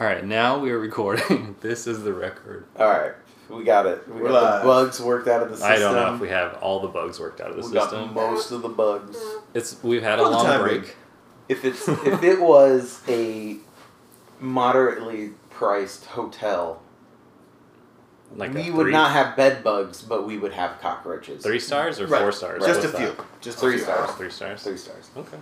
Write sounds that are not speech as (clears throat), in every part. All right, now we are recording. (laughs) this is the record. All right, we got it. We We're got live. the bugs worked out of the system. I don't know if we have all the bugs worked out of the We got system. most of the bugs. It's we've had a Well, the long time break. being. If it's (laughs) if it was a moderately priced hotel, Like we a would three- not have bed bugs, but we would have cockroaches. Three stars or Right, four stars? Just What's a few. that? Just Three a few. stars. Three stars. Three stars. Okay. You,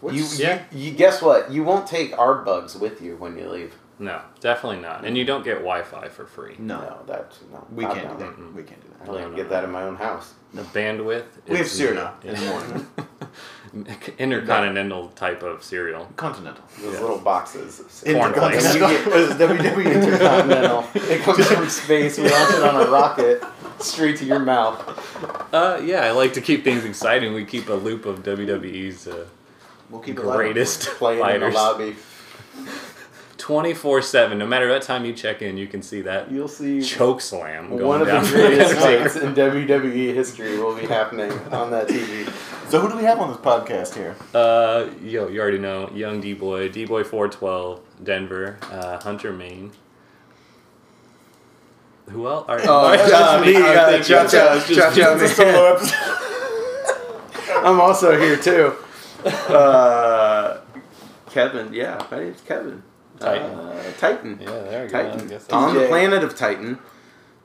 What's- Yeah. you you guess what? You won't take our bugs with you when you leave. No, definitely not. And you don't get Wi-Fi for free. No, that's no. we I'm can't do not. that. Mm-mm. We can't do I that. don't No, even no, get that in my own house. The bandwidth. We have is cereal not- in the morning. (laughs) Intercontinental type of cereal. Corncontinental. Those Yeah. little boxes. Cornflakes. (laughs) When you get- What is WWE (laughs) Intercontinental. It comes from space. We launch it on a rocket straight to your mouth. Uh, yeah, I like to keep things exciting. We keep a loop of WWE's uh, We'll keep it live. greatest Playing in the fighters. lobby. 24 7. No matter what time you check in, you can see that You'll see choke slam going one of down. (laughs) the greatest Undertaker. fights in WWE history will be happening on that TV. So who do we have on this podcast here? uh, yo, you already know. Young D Boy, D Boy 412, Denver, uh, Hunter, Maine. Who else? All right. all right, uh, just Oh, me. uh, I think John- it's just- John- just- John- just- solo I'm also here too. Uh, Kevin, yeah, my name's Kevin. Titan. Uh, Titan. Yeah, there we go. I Titan. guess that's- On the DJ. planet of Titan,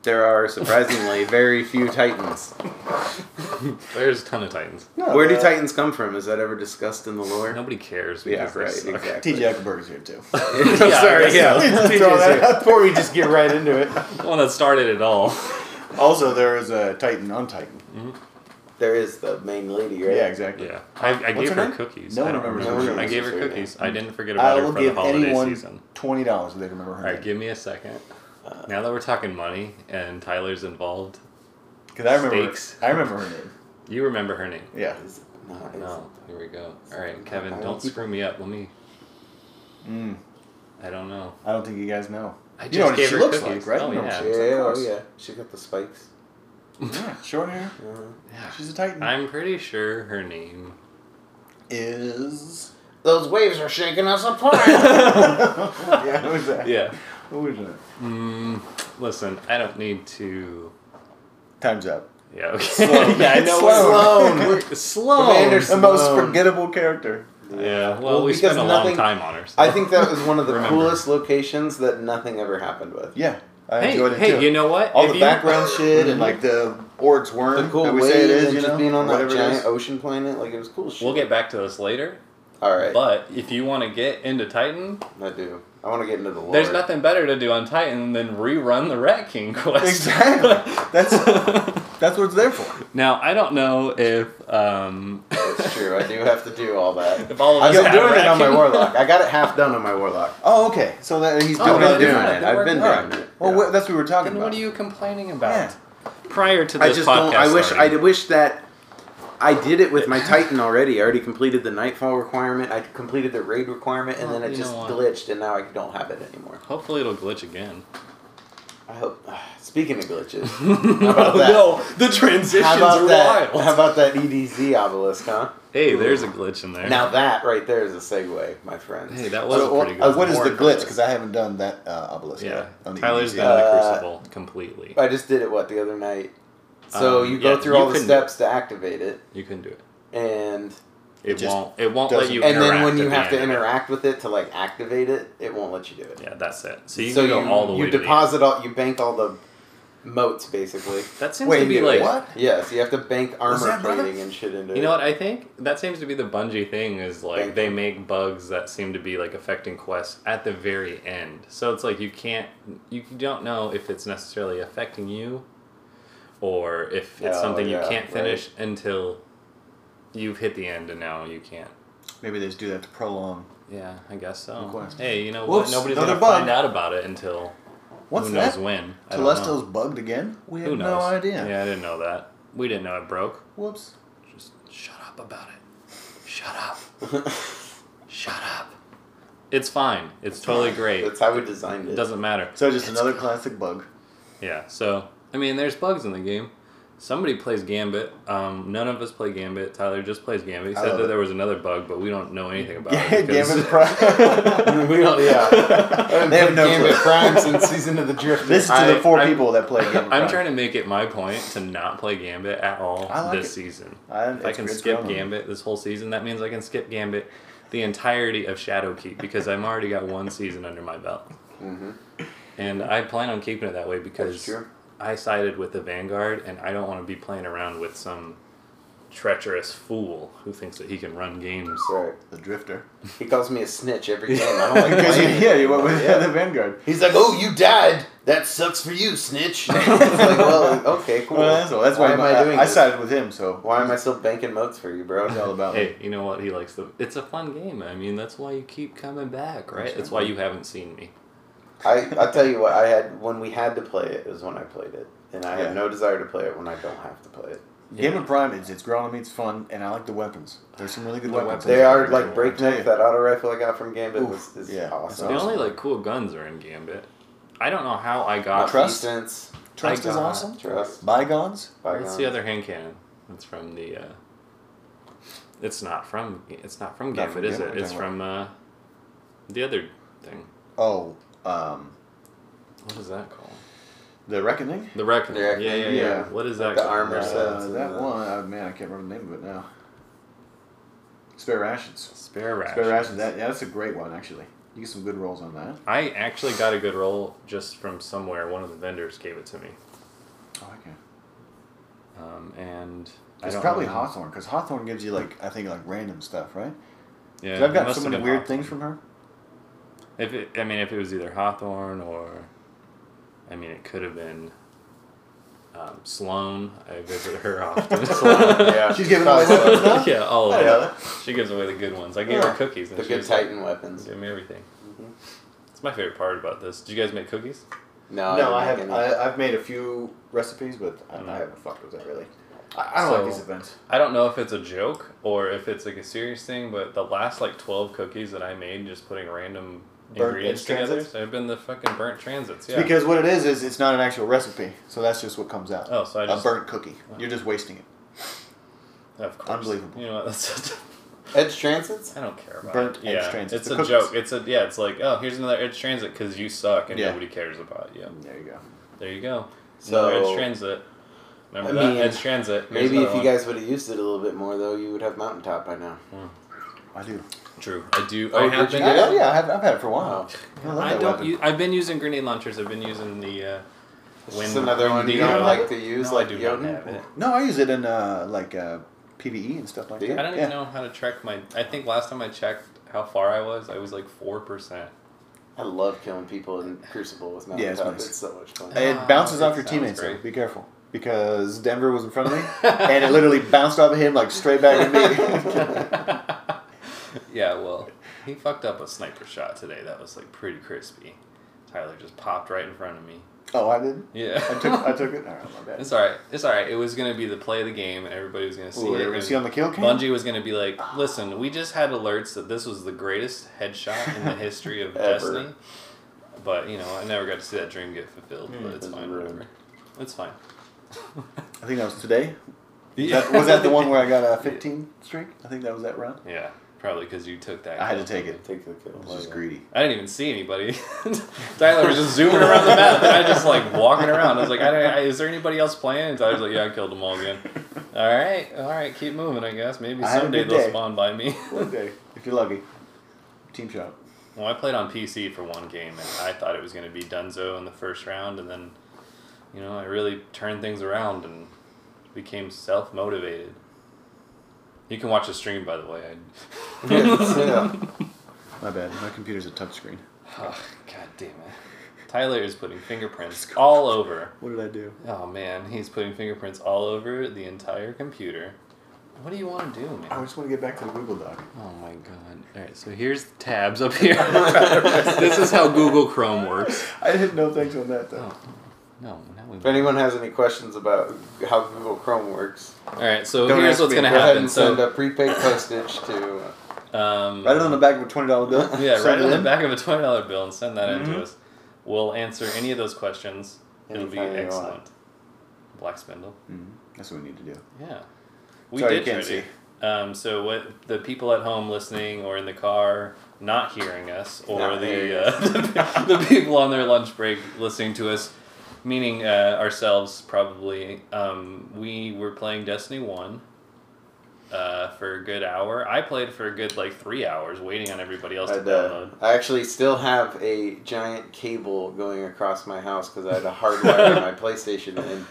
there are surprisingly very few Titans. (laughs) There's a ton of Titans. No, Where do uh, Titans come from? Is that ever discussed in the lore? Nobody cares. Yeah, because they right, suck. exactly. T.J. Eckelberger's here too. I'm Yeah, I sorry, guess so. yeah. let's throw that out Before we just get right into it, The one that started it all. (laughs) also, there is a Titan on Titan. there is the main lady, right? Yeah, exactly. Yeah, I, I gave her her name? cookies. No I one don't remembers remember. her name. I gave her Her name. cookies. I didn't forget I about her will for the give holiday anyone season. twenty dollars if they remember her All right, name. give me a second. now that we're talking money and Tyler's involved, Because I remember. Steaks. I remember her name. you remember her name. Yeah. Is it- no, it's- No, here we go. All right, Something Kevin, about don't people. screw me up. Let me. Mm, I don't know. I don't think you guys (laughs) know. I you know just what gave she her looks cookies. like, right? Oh, You know what yeah. she Yeah, looks like, of oh course. yeah. She got the spikes. Yeah, Short hair. Uh, Yeah. She's a Titan. I'm pretty sure her (laughs) name. (laughs) Is. Those waves are shaking us (laughs) apart. yeah. Who is that? Yeah. Who is that? Mm, listen, I don't need to. Time's up. Yeah. Okay. (laughs) Sloan. yeah, I know. Sloan. We're, (laughs) Sloan. Commander- Oh, The most Sloan. forgettable character. Yeah. Well, Well, we spent a because long nothing- time on her. so- I think that was one of the Remember. coolest locations that nothing ever happened with. Yeah, I Hey, enjoyed it hey, too. you know what? All If the you- background shit and like the Ord's worm The cool that we waves say it is, and you just know, being on that whatever it giant is. ocean planet, like it was cool (laughs) shit. We'll get back to this later. All right, But if you want to get into Titan, I do. I want to get into the lore. there's nothing better to do on Titan than rerun the Rat King (laughs) quest. Exactly. That's- That's what it's there for. (laughs) now I don't know if um, It's true. I do have to do all that. (laughs) if all of I've us been have doing it Rat on my King. warlock. I got it half done on my warlock. Oh, okay. So that he's Oh, doing no, it. I've been you're doing not. it. You're I've working been doing Alright. it. Well, yeah. wh- that's what we were talking Then about. what are you complaining about? Yeah. Prior to this I just podcast, don't. I wish I starting. d- wish that I did (clears throat) it with my Titan already. I already completed the Nightfall requirement. I completed the raid requirement, and Well, then it you just know what? glitched, and now I don't have it anymore. Hopefully it'll glitch (laughs) again. I hope. (sighs) Speaking (laughs) of glitches, (laughs) about that? no, the transitions how about are that? wild. How about that EDZ obelisk, huh? hey, there's a glitch in there. Now that right there is a segue, my friends. hey, that was So, a what- pretty uh, good. what is the one. glitch? Because I haven't done that uh, obelisk. Yeah, yet on the E Tyler's EDZ. done the Uh, crucible completely. I just did it what the other night. So Um, you go yeah, through you all the couldn't- steps to activate it, You couldn't do it. and It, just won't. It won't let doesn't- you. and then when interact you at the have to end of it. interact with it to like activate it, it won't let you do it. Yeah, that's it. So you so can go you, all the you way. to the deposit all you bank all the moats basically. (laughs) end. that seems Wait, to be you- like what? Yes, you have to bank Was armor that brother? plating and shit into it. You know what I think? That seems to be the Bungie thing is like Thank they you. make bugs that seem to be like affecting quests at the very end. So it's like you can't you don't know if it's necessarily affecting you or if it's Oh, something you yeah, can't finish until you've hit the end and now you can't. Maybe they just do that to prolong. Yeah, I guess so. Good question. Hey, you know Whoops, what? Nobody's another gonna bug. find out about it until What's who knows that? when. I don't know. Telesto's bugged again. We have Who no knows? idea. Yeah, I didn't know that. We didn't know it broke. Whoops. Just shut up about it. Shut (laughs) up. shut up. It's fine. It's totally great. That's how we designed it. It doesn't matter. So just It's another good. classic bug. Yeah. So I mean, there's bugs in the game, Somebody plays Gambit. Um, none of us play Gambit. Tyler just plays Gambit. He I said love that it. there was another bug, but we don't know anything (laughs) about (laughs) Yeah, it. because- (laughs) Gambit (laughs) Prime. (laughs) we don't. Yeah, They have no Gambit clue. Prime since season (laughs) of the Drift. Listen to I- the four I- people that play (laughs) Gambit. I'm trying to make it my point to not play Gambit at all I like this it. season. I, If I can skip Gambit this whole season, that means I can skip Gambit the entirety of Shadowkeep because I'm already got one season under my belt. And I plan on keeping it that way because true. I sided with the Vanguard and I don't want to be playing around with some treacherous fool who thinks that he can run games. Right. The (laughs) Drifter. He calls me a snitch (laughs) every game. I don't like Because you, playing. (laughs) yeah, you went with the (laughs) Vanguard. He's like, "Oh, you died. That sucks for you, snitch." (laughs) it's like, well, (laughs) okay, cool. Well, that's, that's why, why am I, doing I, this? sided with him, so Why am I still banking moats for you, bro? it's all about me. Hey, you know what? He likes the. It's a fun game. I mean, that's why you keep coming back, right? That's why you haven't seen me. I I tell you what, I had when we had to play it is when I played it, and I Yeah. have no desire to play it when I don't have to play it. Yeah. Gambit Prime is it's grown on me, it's fun, and I like the weapons. There's some really good The weapons. weapons They are I'll like tell you. breakneck. That auto rifle I got from Gambit Oof, was is yeah. awesome. The only like cool guns are in Gambit. I don't know how I got. Trust? Uh, Defense, Trust I is got awesome. trust. Bygones. That's bygones. the other hand cannon. It's from the. Uh, it's not from. It's not from Not Gambit, from is Gambit, it? It's don't worry. from uh, the other thing. Oh, um, What is that called? the Reckoning. The Reckoning. The Reckoning, yeah, yeah, yeah, yeah. What is that? The called? armor Uh, set. Uh, that one, uh, man, I can't remember the name of it now. Spare rations. Spare rations. Spare rations. That, yeah, that's a great one actually. You get some good rolls on that. I actually got a good roll just from somewhere. One of the vendors gave it to me, Oh, okay. um, and I It's don't probably know. Hawthorne because Hawthorne gives you like I think like random stuff, right? 'Cause Yeah, I've it got must so have many been weird Hawthorne. things (laughs) from her. If it, I mean, if it was either Hawthorne or, I mean, it could have been um, Sloan. I visit her (laughs) often. yeah. She's giving (laughs) away weapons now. yeah, all of I know it. She gives away the good ones. I gave Yeah. her cookies. And The she good was like, Titan weapons. Give me everything. Mm-hmm. Mhm. It's my favorite part about this. Did you guys make cookies? No, no, I I didn't have. make any. I, I've made a few recipes, but I, Mm. I haven't fucked with that really. I, I don't So- like these events. I don't know if it's a joke or if it's like a serious thing, but the last like twelve cookies that I made, just putting random Burnt ingredients Edge together, Transits? have been the fucking burnt transits. Yeah. Because what it is is it's not an actual recipe, so that's just what comes out. oh, so I a just Oh. burnt cookie. You're just wasting it. of course. Unbelievable. You know what? That's. Edge transits. I don't care about Burnt it. edge yeah, transit. It's The a cookies. joke. It's a yeah. It's like oh, here's another edge transit because you suck and Yeah. nobody cares about you. There you go. There you go. So- another edge transit. Remember I that mean, edge transit. Here's Maybe another if you one. guys would have used it a little bit more, though, you would have mountaintop by now. I do. True, I do. Oh, I have did you been. get Yeah, Yeah. yeah, I've, I've had it for a Oh, while. I love I that don't. weapon. Use, I've been using grenade launchers. I've been using the. Uh, It's just another one you Windeater. don't like to use, No, like I do not Jotun? have it. No, I use it in uh, like uh, PVE and stuff like Do that. you? I don't Yeah. even know how to track my. I think last time I checked how far I was, I was like four percent. I love killing people in Crucible with Yeah, it's mountaintop. nice. it's, so much fun. Hey. It bounces Ah, off your that sounds teammates. though. great. Be careful, because Denver was in front (laughs) of me, and it literally bounced off of him like straight back at me. (laughs) Yeah, well, he fucked up a sniper shot today. That was like pretty crispy. Tyler just popped right in front of me. oh, I didn't. Yeah. I took. I took it. All right, my (laughs) bad. It's alright. It's alright. It was gonna be the play of the game, and everybody was gonna see Ooh, it. they were gonna and see on the kill cam? Bungie was gonna be like, "Listen, we just had alerts that this was the greatest headshot in the history (laughs) of Ever. Destiny." But you know, I never got to see that dream get fulfilled. Hmm, but it's It's fine. ruined. Whatever. It's fine. I think that was today. Yeah. That, was that the one where I (laughs) got uh, a 15 streak? I think that was that round. Yeah, probably because you took that. I had kill. to take it. Take the kill. This is Yeah. greedy. I didn't even see anybody. (laughs) Tyler was just zooming around the map, and I just like walking around. I was like, I, don't- I- "Is there anybody else playing?" And Tyler's like, "Yeah, I killed them all again." All right, all right, keep moving. I guess maybe I had a someday good they'll day. spawn by me. (laughs) (laughs) One day, if you're lucky. Team shot. (laughs) Well, I played on PC for one game, and I thought it was going to be Dunzo in the first round, and then, you know, I really turned things around and became self motivated. You can watch the stream, by the way. (laughs) I... Yes, yeah. (laughs) My bad. My computer's a touchscreen. Oh, God damn it. Tyler is putting fingerprints all over. What did I do? Oh, man, he's putting fingerprints all over the entire computer. What do you want to do, man? I just want to get back to the Google Doc. Oh my god. Alright, so here's the tabs up here. this is how Google Chrome works. I didn't know things on that though. Oh. No, now we If anyone has any questions about how Google Chrome works, All right, so Don't here's ask what's me. gonna go ahead happen. and send So, a prepaid postage to. um, Write it on the back of a twenty dollar bill. (laughs) yeah, Send right it on the in. back of a twenty dollar bill and send that in Mhm. to us. We'll answer any of those questions. It'll be Anytime you want. excellent. Black Spindle. Mhm. That's what we need to do. Yeah. We Sorry, did you try can't to. Um, so what the people at home listening or in the car not hearing us or Not hearing the, uh, (laughs) the people on their lunch break listening to us meaning uh, ourselves probably um, we were playing Destiny 1 uh, for a good hour. I played for a good like 3 hours waiting on everybody else to I'd, uh, download. I actually still have a giant cable going across my house because I had to hardwire my PlayStation in,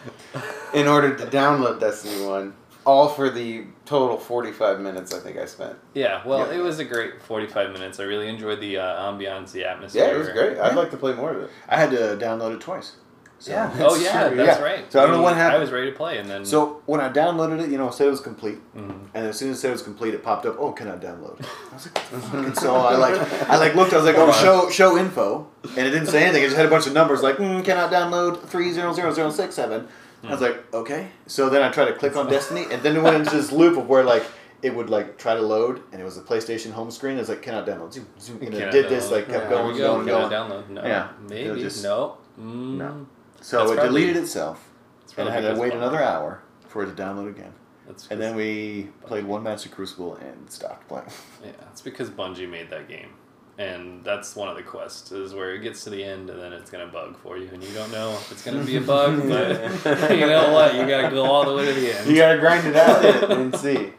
in order to download Destiny 1. All for the total 45 minutes I think I spent. Yeah, well, Yeah. it was a great 45 minutes. I really enjoyed the uh, ambiance, the atmosphere. Yeah, it was great. I'd Yeah. like to play more of it. I had to download it twice. So Yeah. Oh yeah, true, that's yeah. right. So I don't know We- what I happened. was ready to play, and then So when I downloaded it, you know, it said it was complete, Mhm. and as soon as it said it was complete, it popped up. Oh, can I download? I was like, "Fucking-" so I like, I like looked. I was like, Hold oh, on. show show info, and it didn't say anything. It just had a bunch of numbers like, mm, can I download three zero zero zero six seven? I was like, okay. So then I tried to click on Destiny, and then it went into this loop of where like it would like try to load, and it was the PlayStation home screen. It was like, can I download? Zoom, zoom, and Can I it did this download? like kept Yeah, going, we go. going, Can I going. download? No. Yeah. Maybe. It'll just- no. Mm. No. So That's it probably- deleted itself, It's and probably I had to because wait of- another hour for it to download again. That's because- And then we played one match of Crucible and stopped playing. Yeah, it's because Bungie made that game, and that's one of the quests is where it gets to the end and then it's gonna bug for you, and you don't know if it's gonna be a (laughs) bug, but (laughs) you know what, you gotta go all the way to the end. You gotta grind it out and see.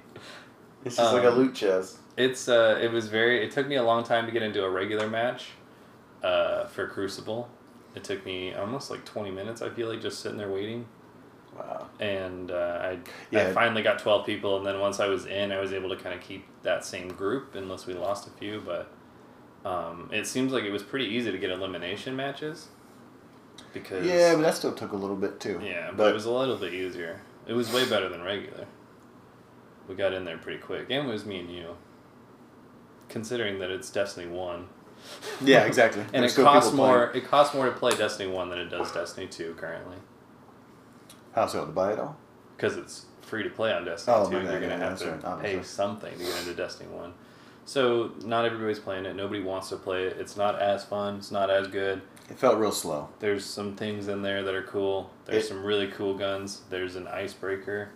It's just like a Um, loot chest. It's uh, it was very. It took me a long time to get into a regular match, uh, for Crucible. It took me almost like twenty minutes. I feel like just sitting there waiting. Wow. and uh, I, I Yeah. finally got 12 people and then once i was in i was able to kind of keep that same group unless we lost a few but um, it seems like it was pretty easy to get elimination matches because Yeah, but that still took a little bit too. yeah, but, but it was a little bit easier it was way better than regular we got in there pretty quick and it was me and you considering that it's destiny 1 yeah, (laughs) exactly. and There's it still costs people playing. more it costs more to play destiny 1 than it does destiny 2 currently How so? To buy it all? because it's free to play on Destiny Oh, 2, my you're bad, going to yeah, have that's to right, obviously. pay something to get into Destiny 1. So, not everybody's playing it. Nobody wants to play it. It's not as fun. It's not as good. It felt real slow. There's some things in there that are cool. There's It- some really cool guns. There's an (laughs) icebreaker.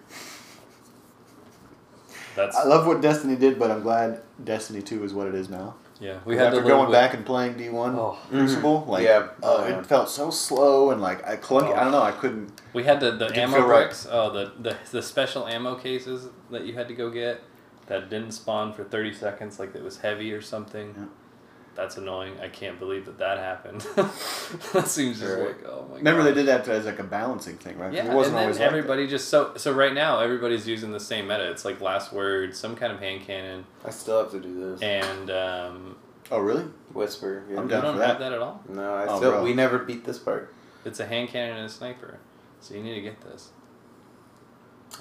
That's I love what Destiny did, but I'm glad Destiny Two is what it is now. yeah. We had to After live going with- back and playing D One Oh. Crucible, like Yeah. oh, Oh, yeah. it felt so slow and like I clunky. Oh. I don't know. I couldn't. We had the, the Didn't ammo feel right. bricks. Oh, the, the the special ammo cases that you had to go get that didn't spawn for thirty seconds, like it was heavy or something. Yeah. That's annoying. I can't believe that that happened. (laughs) that seems just Right. like oh my. Remember they God. did that as like a balancing thing, right? 'Cause Yeah, it wasn't and then always like that. everybody just so so right now everybody's using the same meta. It's like last word, some kind of hand cannon, I still have to do this. and um, Oh really? Whisper. Yeah. I'm you down don't for have that. that at all. No, I Oh, still. bro. We never beat this part. It's a hand cannon and a sniper, so you need to get this.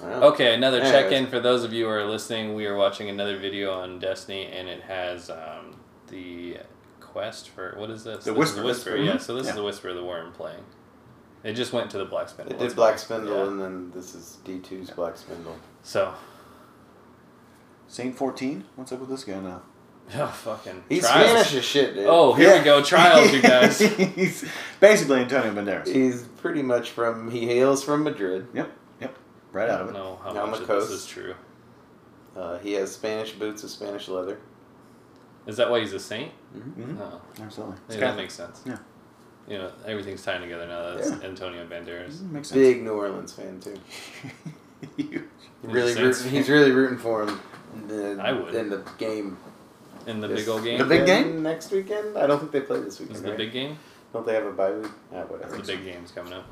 I don't know. Okay, another Yeah, check in for those of you who are listening. We are watching another video on Destiny, and it has um, the quest for what is this? The This is Whisper. Whisper. Whisper, Yeah, mhm. so this is Yeah. the Whisper of the Worm playing. It just went to the Black Spindle. It That's did Black why. Spindle, Yeah. and then this is D2's Black Spindle. So, (laughs) Saint Fourteen. What's up with this guy now? oh, fucking. He's trials. Spanish as shit, dude. Oh, here we go. Trials, you guys. (laughs) He's basically Antonio Banderas. He's pretty much from. He hails from Madrid. Yep. Yep. I Right out of don't it. know how Down much the of this is coast. true. Uh, he has Spanish boots with Spanish leather. Is that why he's a saint? Mhm. No. Absolutely. It's Yeah, kind that of- makes sense. Yeah. You know, everything's tying together now. That's Yeah. Antonio Banderas. makes sense. Big New Orleans fan too. Mm-hmm, (laughs) Huge. Really, Saints rooting, fan. he's really rooting for him. In the, I would. in the game. In the this big old game? The big weekend, game? next weekend. I don't think they play this weekend. is the right? big game? Don't they have a bye week? Ah, whatever. The big game's coming up.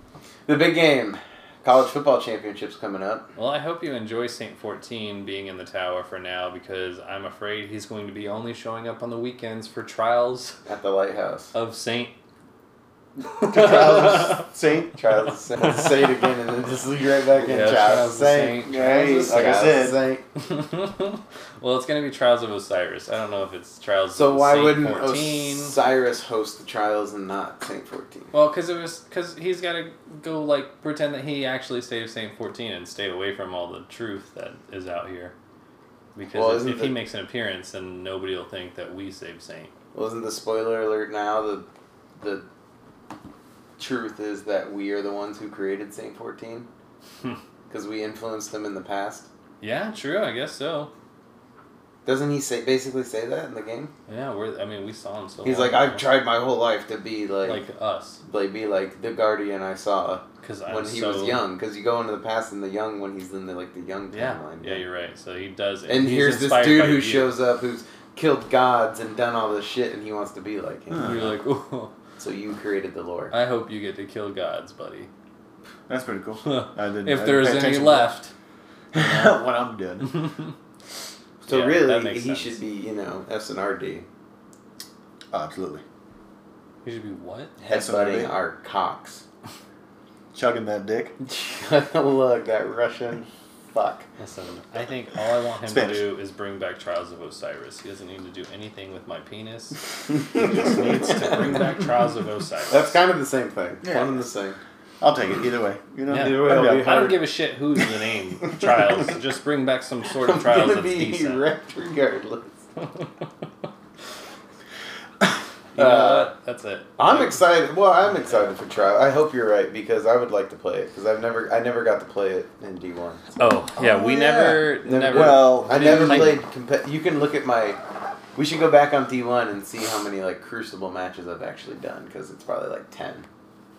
The big game. College football championships coming up. Well, I hope you enjoy Saint 14 being in the tower for now because I'm afraid he's going to be only showing up on the weekends for trials at the lighthouse. of Saint. (laughs) Trials Saint. Charles say say it again and then just lead right back in. Yeah, Charles Charles the Saint. Saint. Hey, Charles like I Saint. said. Saint. well, it's going to be Trials of Osiris. I don't know if it's Trials So of why Saint wouldn't 14. Osiris host the trials and not Saint 14? well, because it was because he's got to go like pretend that he actually saved Saint 14 and stay away from all the truth that is out here. Because Well, if, isn't if he the- makes an appearance, then nobody will think that we saved Saint. Wasn't the spoiler alert now the the truth is that we are the ones who created Saint 14? because we influenced them in the past. Yeah, true. I guess so. Doesn't he say basically say that in the game? Yeah, we're. I mean, we saw him so. He's long like, I've ago. tried my whole life to be like, like, like us be like the guardian I saw because when he was young, because you go into the past and the young when he's in the like the young Yeah, timeline. yeah, you're right. So he does. and he's here's this inspired dude by who you. shows up who's killed gods and done all this shit, and he wants to be like him. (laughs) Huh. You're like, oh, So you created the lore. I hope you get to kill gods, buddy. That's pretty cool. I didn't, (laughs) I if didn't there's pay any attention (laughs) to (laughs) left. that. when I'm done. So Yeah, that really, makes he sense. should be you know SNRD Oh, absolutely. He should be what? headbutting SNRD? our cocks. (laughs) Chugging that dick. Look, that Russian fuck. Listen, I think all I want him Spanish. to do is bring back Trials of Osiris. He doesn't need to do anything with my (laughs) penis. He needs to bring That's back Trials of Osiris. kind of the same thing. Yeah. One and the same. I'll take it either way. You know, Yeah. Either way, I'd be it'll be up for I it. don't give a shit who's the name Trials. (laughs) Just bring back some sort of I'm Trials gonna of be decent. wrecked (laughs) regardless. You know Uh, what? That's it. I'm excited. Well, I'm excited for trial. I hope you're right because I would like to play it because I've never, I never got to play it in D one. Oh yeah, Oh, we yeah. never, Never- never. Well, I never like- played. Comp- you can look at my. We should go back on D one and see how many like Crucible matches I've actually done because it's probably like ten,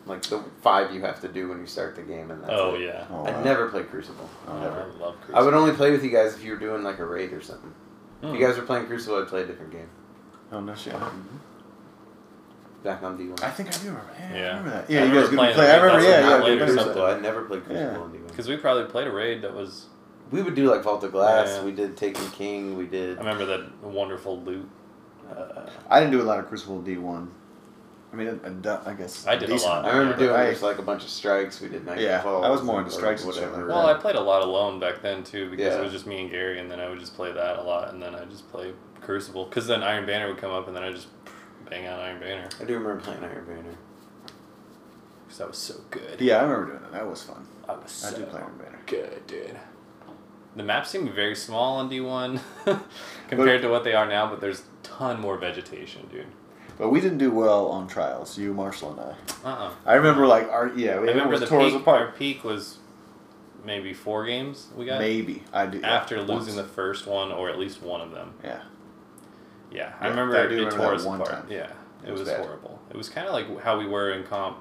like the five you have to do when you start the game and that's oh it. yeah. Oh, I wow. never play Crucible. Oh, I Never. love Crucible. I would only play with you guys if you were doing like a raid or something. Hmm. If you guys were playing Crucible, I'd play a different game. Oh no shit. Back on D one. I think I do remember. Yeah, Yeah. I remember that. I Yeah, you remember guys gonna playing play. it, I remember. that's Yeah, what yeah. I I played or remember something. that. Crucible. I never played Crucible Yeah. on D one. Because Hmm. we probably played a raid that was. We would do like Vault of Glass. Yeah. We did Taken King. We I did. remember that wonderful loot. Uh, I didn't do a lot of Crucible D one. I mean, I, I do- I guess I did a decent. lot. I remember doing I- just like a bunch of strikes. We did Nightfall. Yeah, I was more into or strikes and shit like that. Well, I played a lot alone back then too because Yeah. it was just me and Gary, and then I would just play that a lot, and then I just play Crucible because then Iron Banner would come up, and then I just bang out Iron Banner I do remember playing Iron Banner. because that was so good. Yeah, I remember doing that. That was fun. I was so I do play Iron Banner. good, dude. The maps seem very small on D one (laughs) compared to what they are now, but there's ton more vegetation, dude. But we didn't do well on trials. You, Marshall, and I. Uh uh I remember like our yeah. I We remember was the tours peak. Our apart. peak was maybe four games we got Maybe I do. yeah, after once. losing the first one or at least one of them. Yeah. Yeah, I Yeah, remember I it do remember tore that us one apart. time. Yeah, it, It was, was bad. horrible. It was kind of like how we were in comp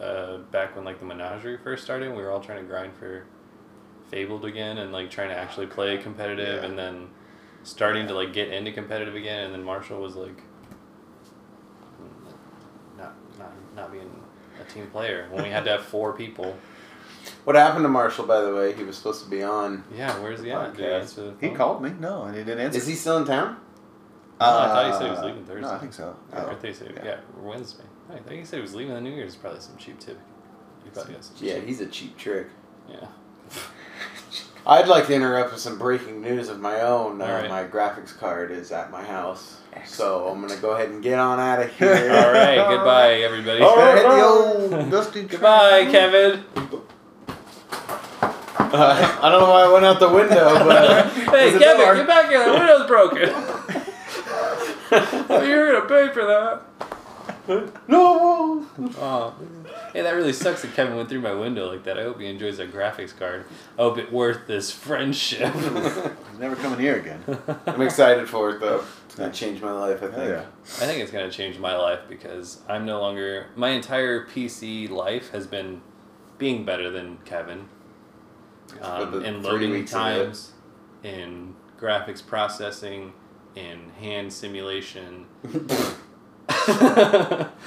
uh, back when like the menagerie first started. We were all trying to grind for Fabled again and like trying to actually play competitive, Yeah. and then starting to like get into competitive again. And then Marshall was like, "Mm, not not not being a team player when we had (laughs) to have four people. What happened to Marshall, by the way? He was supposed to be on. Yeah, where's he at? Did he Podcast. answer the He phone? called me. No, and he didn't answer. Is he still in town? No, I thought he said he was leaving Uh, No, Thursday. I think so. Or Oh, Thursday, yeah. yeah. Wednesday. I think he said he was leaving the New Year's. Probably some cheap tip. He probably got some cheap Yeah, he's a cheap trick. Yeah. I'd like to interrupt with some breaking news of my own. Uh, All right. My graphics card is at my house, so I'm gonna go ahead and get on out (laughs) of here. All right. Goodbye, everybody. All right. (laughs) dusty (laughs) Goodbye, trail. Kevin. Uh, I don't know why I went out the window, uh, but (laughs) hey, There's a Kevin, door. get back here. The window's broken. (laughs) You're gonna pay for that. no. Oh. Hey, that really sucks that Kevin went through my window like that. I hope he enjoys that graphics card. I hope it worth this friendship. (laughs) He's never coming here again. (laughs) I'm excited for it though. It's gonna change my life, I think. yeah. (laughs) I think it's gonna change my life because I'm no longer my entire PC life has been being better than Kevin. But the Um, in three loading weeks of it- times, in graphics processing, in hand simulation. (laughs) yeah.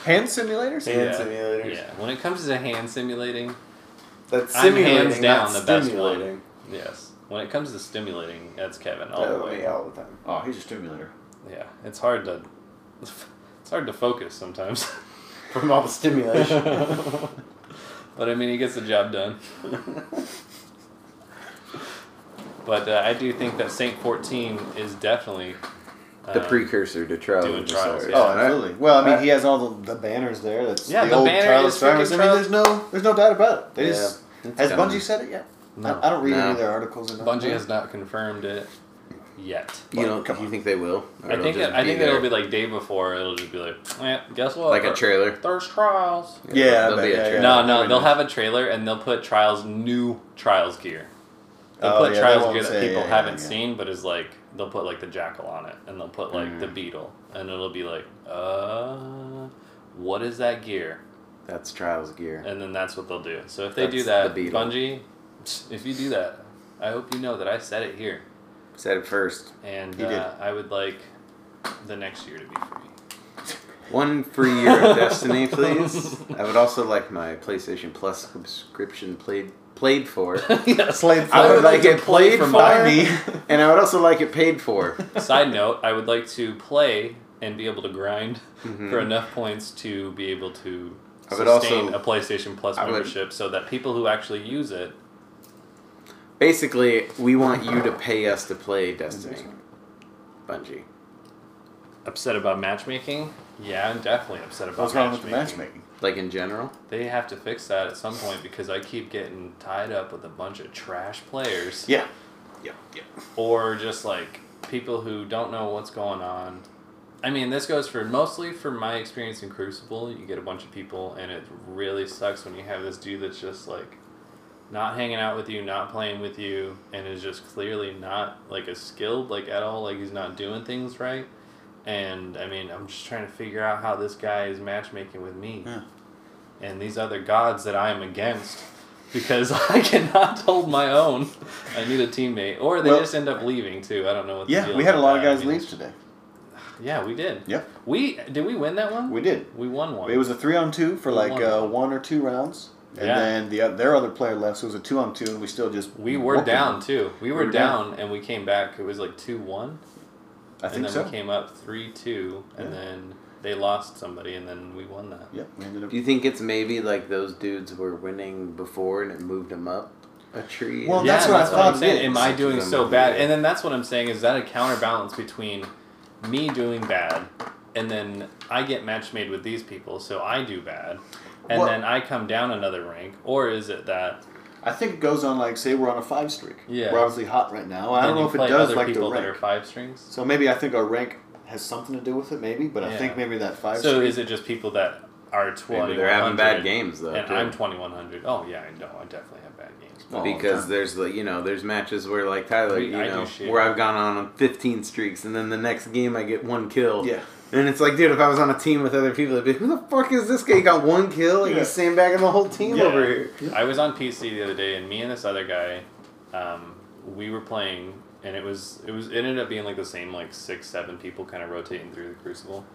Hand simulators? Hand simulators. yeah. When it comes to hand simulating, That's I'm hands simulating, down not the best stimulating. yes. When it comes to stimulating, that's Kevin all That the would way. be all the time. Oh, he's a stimulator. Yeah. It's hard to (laughs) it's hard to focus sometimes. (laughs) From all the stimulation. but I mean, he gets the job done. but uh, I do think that Saint Fourteen is definitely uh, (laughs) the precursor to Trials doing of trials, Osiris. Yeah. oh, absolutely. Well, I mean, I- he has all the, the banners there. That's Yeah, the, the old banner Charles is Travers. freaking I mean, there's no, there's no doubt about it. They Yeah. just, It's has coming. Bungie said it yet? No. I, I don't read No. any of their articles. Or nothing. Bungie has not confirmed it yet. You don't? Come you on. think they will? Or I it'll think just it, I think there? it'll be like day before. It'll just be like, eh, guess what? like a Thir- trailer. Thirst trials. Yeah, There'll I bet, be a yeah, trailer. yeah. No, no, Very they'll nice. have a trailer and they'll put trials new trials gear. They'll Oh, put yeah, they trials won't gear that say, people yeah, yeah, haven't yeah. seen, but is like they'll put like the jackal on it, and they'll put like Mm. the beetle, and it'll be like, uh, what is that gear? That's Trials gear. And then that's what they'll do. So if they do That's that, the beetle. Bungie, if you do that, I hope you know that I said it here, Said it first. and You did. uh, I would like the next year to be free. (laughs) One free year of (laughs) Destiny, please. I would also like my PlayStation Plus subscription played (laughs) played for. yes. Slave I would would like like to it play played for for, my- by me, (laughs) and I would also like it paid for. Side note, I would like to play and be able to grind for enough points to be able to Mm-hmm. I would sustain also- a PlayStation Plus I would- membership so that people who actually use it Basically, we want you to pay us to play Destiny. Bungie. upset about matchmaking. Yeah, I'm definitely upset about What's wrong with matchmaking. the matchmaking? Like in general? They have to fix that at some point because I keep getting tied up with a bunch of trash players Yeah. Yeah. Yeah. or just like people who don't know what's going on. I mean, this goes for mostly for my experience in Crucible. You get a bunch of people, and it really sucks when you have this dude that's just like not hanging out with you, not playing with you, and is just clearly not like as skilled like at all. Like he's not doing things right. And I mean, I'm just trying to figure out how this guy is matchmaking with me Yeah. and these other gods that I am against because (laughs) I cannot hold my own. I need a teammate, or they Well- just end up leaving too. I don't know what. the Yeah, deal we is had a with lot of that. I guys mean, leave today. Yeah, we did. Yep. We did we win that one? We did. We won one. It was a three on two for like One. uh, one or two rounds, and Yeah. then the oth- their other player left, so it was a two on two, and we still just we were whooped them. down too. We were, were down, down. and we came back. It was like two one, I and think then so. we came up three two, and Yeah. then they lost somebody, and then we won that. Yep, we ended up. Do you think it's maybe like those dudes were winning before and it moved them up a tree? Well, yeah, that's what I that's what I'm thought it saying. is. Am I doing Them so moving bad? up. And then that's what I'm saying. Is that a counterbalance between me doing bad, and then I get match made with these people, so I do bad, and Well- then I come down another rank, or is it that I think it goes on like say we're on a five streak. Yeah. we're obviously hot right now. I then don't know you if it play does other like the people rank. that are five strings? So maybe I think our rank has something to do with it, maybe. But Yeah. I think maybe that five. So streak- is it just people that are twenty? Maybe they're having bad games though. and too. I'm twenty one hundred. Oh yeah, I know. I definitely have bad games. All the because time. there's like you know there's matches where like Tyler We- you I do know shit. where I've gone on 15 streaks and then the next game I get one kill Yeah. and it's like dude if I was on a team with other people it'd be who the fuck is this guy he got one kill and Yeah. he's sandbagging the whole team Yeah. over here I was on PC the other day, and me and this other guy, um, we were playing, and it was it was it ended up being like the same like six seven people kind of rotating through the crucible,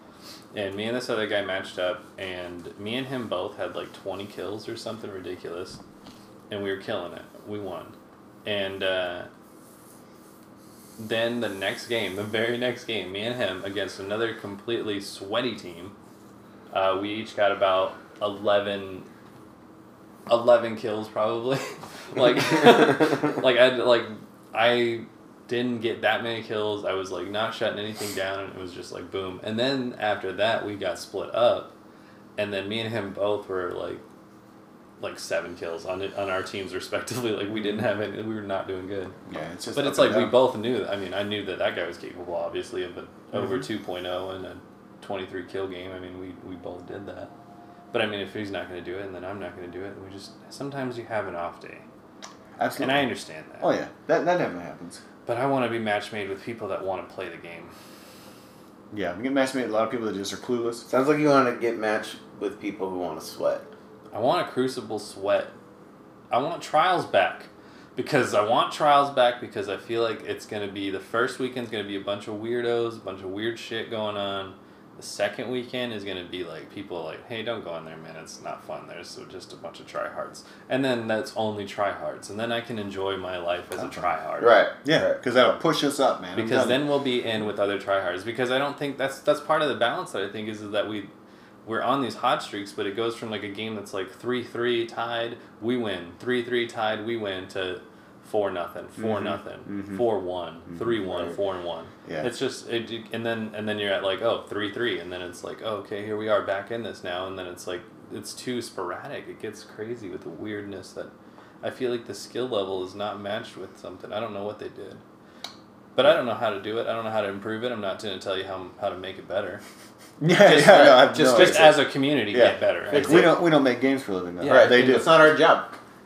and me and this other guy matched up, and me and him both had like twenty kills or something ridiculous, and we were killing it. We won, and. Uh, then the next game, the very next game, me and him against another completely sweaty team, uh, we each got about 11, 11 kills probably. (laughs) like, like I like I didn't get that many kills. I was like not shutting anything down, and it was just like boom. And then after that, we got split up, and then me and him both were like. Like seven kills on it, on our teams respectively. (laughs) Like we didn't have any. We were not doing good. Yeah, it's just. But up it's like and we down. both knew. I mean, I knew that that guy was capable, obviously, of an Mm-hmm. over 2.0 and a 23 kill game. I mean, we, we both did that. But I mean, if he's not going to do it, and then I'm not going to do it, we just sometimes you have an off day, and Absolutely. I understand that. oh yeah, that that never happens. But I want to be match made with people that want to play the game. Yeah, we get matched with a lot of people that just are clueless. sounds like you want to get matched with people who want to sweat I want a Crucible sweat. I want Trials back because I want Trials back because I feel like it's going to be the first weekend's going to be a bunch of weirdos, a bunch of weird shit going on. The second weekend is going to be like people like, "Hey, don't go in there, man. It's not fun. There's so just a bunch of tryhards." And then that's only tryhards. And then I can enjoy my life as a tryhard. right Yeah, right. because that'll push us up, man. I'm Because telling you. then we'll be in with other tryhards. Because I don't think that's that's part of the balance that I think is, is that we we're on these hot streaks, but it goes from like a game that's like three three tied, we win, three three tied, we win to four nothing, 4 Mm-hmm. nothing, four one, three one, right. four and one. Yeah. It's just it, it- and then and then you're at like oh three three, and then it's like oh, okay here we are back in this now, and then it's like it's too sporadic. It gets crazy with the weirdness that. I feel like the skill level is not matched with something. I don't know what they did. But I don't know how to do it. I don't know how to improve it. I'm not going to tell you how, how to make it better. (laughs) Yeah, Just- yeah, no, I've- just- no, Just it's- as a community, Yeah. get better. like, we don't we don't make games for a living. Though. Yeah. Right. they do. It's not our job.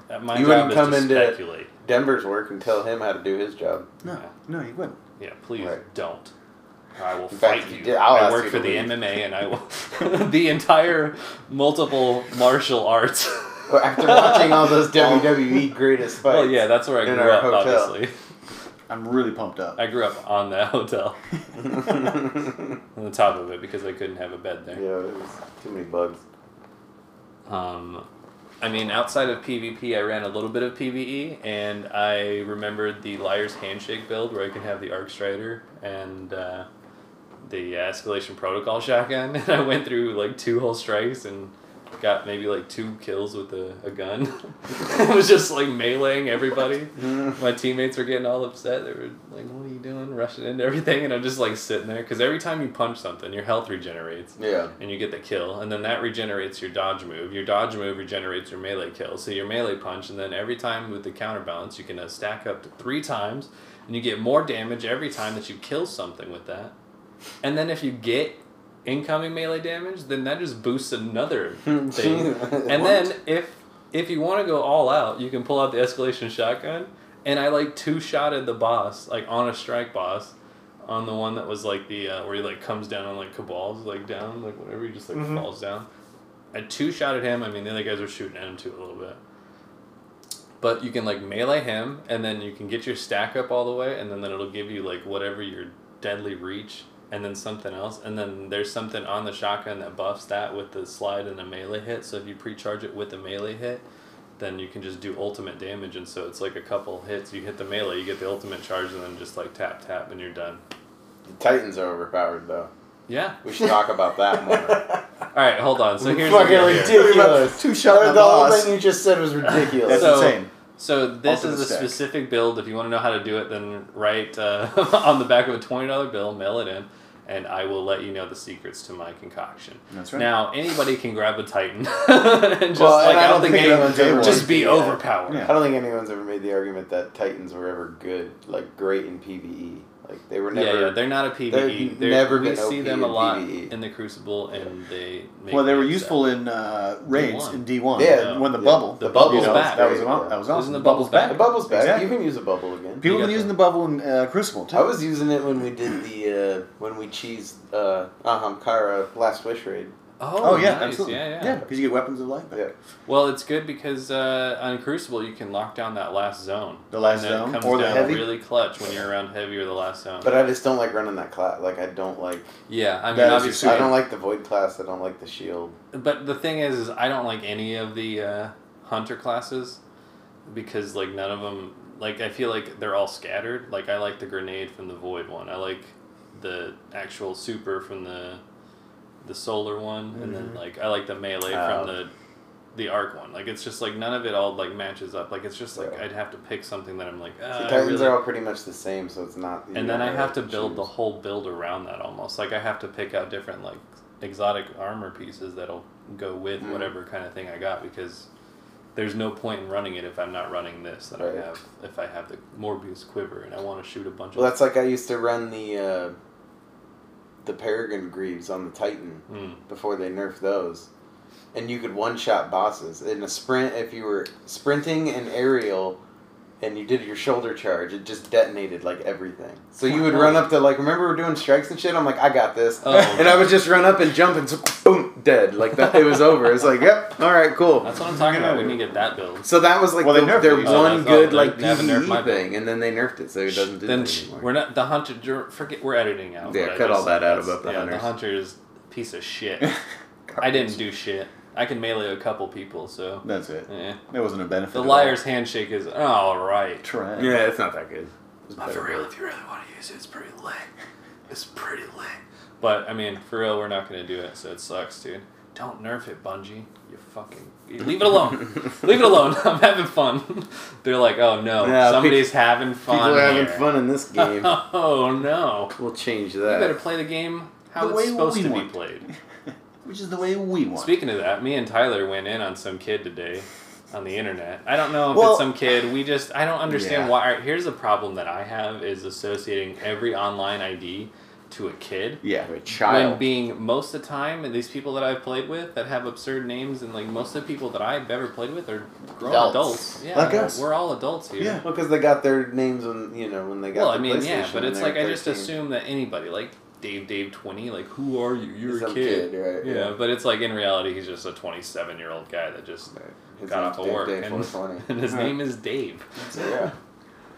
Uh, My job You wouldn't is come to into- speculate. Denver's work and tell him how to do his job. no, no, you wouldn't. Yeah, please Right. don't. Or I will In fight fact, you. yeah, I'll I ask work you for to the leave. MMA, and I will (laughs) the entire multiple martial arts. Well, after watching all (laughs) those WWE greatest fights. well, yeah, that's where I in grew our up. hotel. Obviously, I'm really pumped up. I grew up on that (laughs) hotel, (laughs) yeah, on the top of it, because I couldn't have a bed there. it was too many bugs. Um, I mean, outside of PvP, I ran a little bit of PvE, and I remembered the Liar's Handshake build where I could have the Arc Strider and uh, the Escalation Protocol shotgun, (laughs) and I went through like two whole strikes and got maybe like two kills with a, a gun. (laughs) it was just like meleeing everybody. My teammates were getting all upset. They were like, What are you doing? Rushing into everything, and I'm just like sitting there because every time you punch something, your health regenerates Yeah. and you get the kill, and then that regenerates your dodge move. Your dodge move regenerates your melee kill, so your melee punch, and then every time with the counterbalance, you can uh, stack up to three times, and you get more damage every time that you kill something with that. And then if you get incoming melee damage, then that just boosts another thing. and then if if you want to go all out, you can pull out the escalation shotgun, and I like two shotted the boss, like on a strike boss. On the one that was like the uh, where he like comes down on like cabals like down like whatever he just like Mhm. falls down. I two shot at him. I mean the other guys were shooting at him too a little bit. But you can like melee him, and then you can get your stack up all the way, and then, then it'll give you like whatever your deadly reach, and then something else, and then there's something on the shotgun that buffs that with the slide and a melee hit. So if you pre-charge it with a melee hit, then you can just do ultimate damage, and so it's like a couple hits. You hit the melee, you get the ultimate charge, and then just like tap tap, and you're done. The Titans are overpowered, though. Yeah. We should talk about that (laughs) more. All right, hold on. So here's the Fucking deal here. ridiculous. Ridiculous. Two shot the the whole boss. thing you just said was ridiculous. That's So- insane. So this Ultimate is a stack. specific build. If you want to know how to do it, then write uh, (laughs) on the back of a twenty dollar bill, mail it in, and I will let you know the secrets to my concoction. That's right. Now anybody can grab a titan (laughs) and just Well, like and I out don't the think game, anyone's ever just wanted be to do that. overpowered. E. Yeah. I don't think anyone's ever made the argument that Titans were ever good, like great in PvE. Like they were never. yeah, yeah, they're not a PvE. They've They're, never we been OP see them a in lot PvE. in the Crucible, and they. Make E. Well, they were me upset. useful in uh, raids D1. in D one. Yeah. when the Yeah. bubble, The you bubble's know, back. That was Yeah. awesome. That was Isn't awesome. the bubble's back? The bubble's back. Exactly. You can use a bubble again. You People got have been using the- the bubble in uh, Crucible too. I was using it when we did the uh, when we cheesed uh, Ahamkara last wish raid. Oh, oh yeah, nice. absolutely. Yeah, yeah, because you get weapons of light. Back. Yeah. Well, it's good because uh, on Crucible you can lock down that last zone. The last and that zone comes or the down heavy. really clutch when you're around heavy or the last zone. But I just don't like running that class. Like I don't like. Yeah, I mean, That is your obviously, I don't like the void class. I don't like the shield. but the thing is, is I don't like any of the uh, hunter classes because like none of them. Like I feel like they're all scattered. Like I like the grenade from the void one. I like the actual super from the the solar one, and then like I like the melee Oh. from the the arc one. Like it's just like none of it all like matches up. Like it's just like Yeah. I'd have to pick something that I'm like. Uh, The I Titans really- are all pretty much the same, so it's not. you and then don't I really have to build the choose. whole build around that almost. Like I have to pick out different like exotic armor pieces that'll go with Mm. whatever kind of thing I got because there's no point in running it if I'm not running this that Right. I have if I have the Morbius quiver and I want to shoot a bunch Well, of that's like I used to run the uh, the Peregrine Greaves on the Titan Mm. before they nerfed those, and you could one shot bosses in a sprint if you were sprinting an aerial. And you did your shoulder charge; it just detonated like everything. So you would run up to like, remember we are doing strikes and shit. I'm like, I got this, Oh. and I would just run up and jump and s- boom, dead. Like that, it was over. It's like, yep, all right, cool. That's what I'm talking about. We need to get that build. So that was like Well, they the- nerfed their it. one Oh, that's- oh, good they like haven't nerfed my PvE thing, and then they nerfed it, so it doesn't do then that sh- anymore. we're not the hunter. dur- Forget we're editing out. Yeah, what I cut just all that said. out That's- about the yeah, hunters. The hunter is a piece of shit. (laughs) I didn't do shit. I can melee a couple people, (laughs) so That's it. eh. It wasn't a benefit. the at all. liar's handshake is oh, all right. Trash. Yeah, it's not that good. Oh, But for real, if you really want to use it, it's pretty lit. (laughs) It's pretty lit. But I mean, for real, we're not gonna do it, so it sucks, dude. Don't nerf it, Bungie. You fucking leave it alone. (laughs) leave it alone. (laughs) I'm having fun. (laughs) They're like, oh no, Yeah, somebody's having fun. People are having here." fun (laughs) in this game. Oh no. we'll change You better that. play the game how The it's way supposed we to be want. played. Which is the way we want. Speaking of that, me and Tyler went in on some kid today on the internet. I don't know if Well- it's some kid. We just I don't understand Yeah. why. all right, here's the problem that I have is associating every online ID to a kid. Yeah. a child. When being most of the time, and these people that I've played with that have absurd names, and like most of the people that I've ever played with are grown adults. Adults. Yeah, Like us. we're all adults here. Yeah. well, because they got their names when you know when they got. Well, I their mean, yeah, but PlayStation when it's they were like I just 13. assume that anybody, like Dave, Dave, twenty, like who are you? You're Some a kid. kid, right, Yeah, yeah. but it's like in reality, he's just a twenty-seven-year-old guy that just Right. His got name's off of Dave work, Day and, 420. (laughs) and his Right. name is Dave. yeah,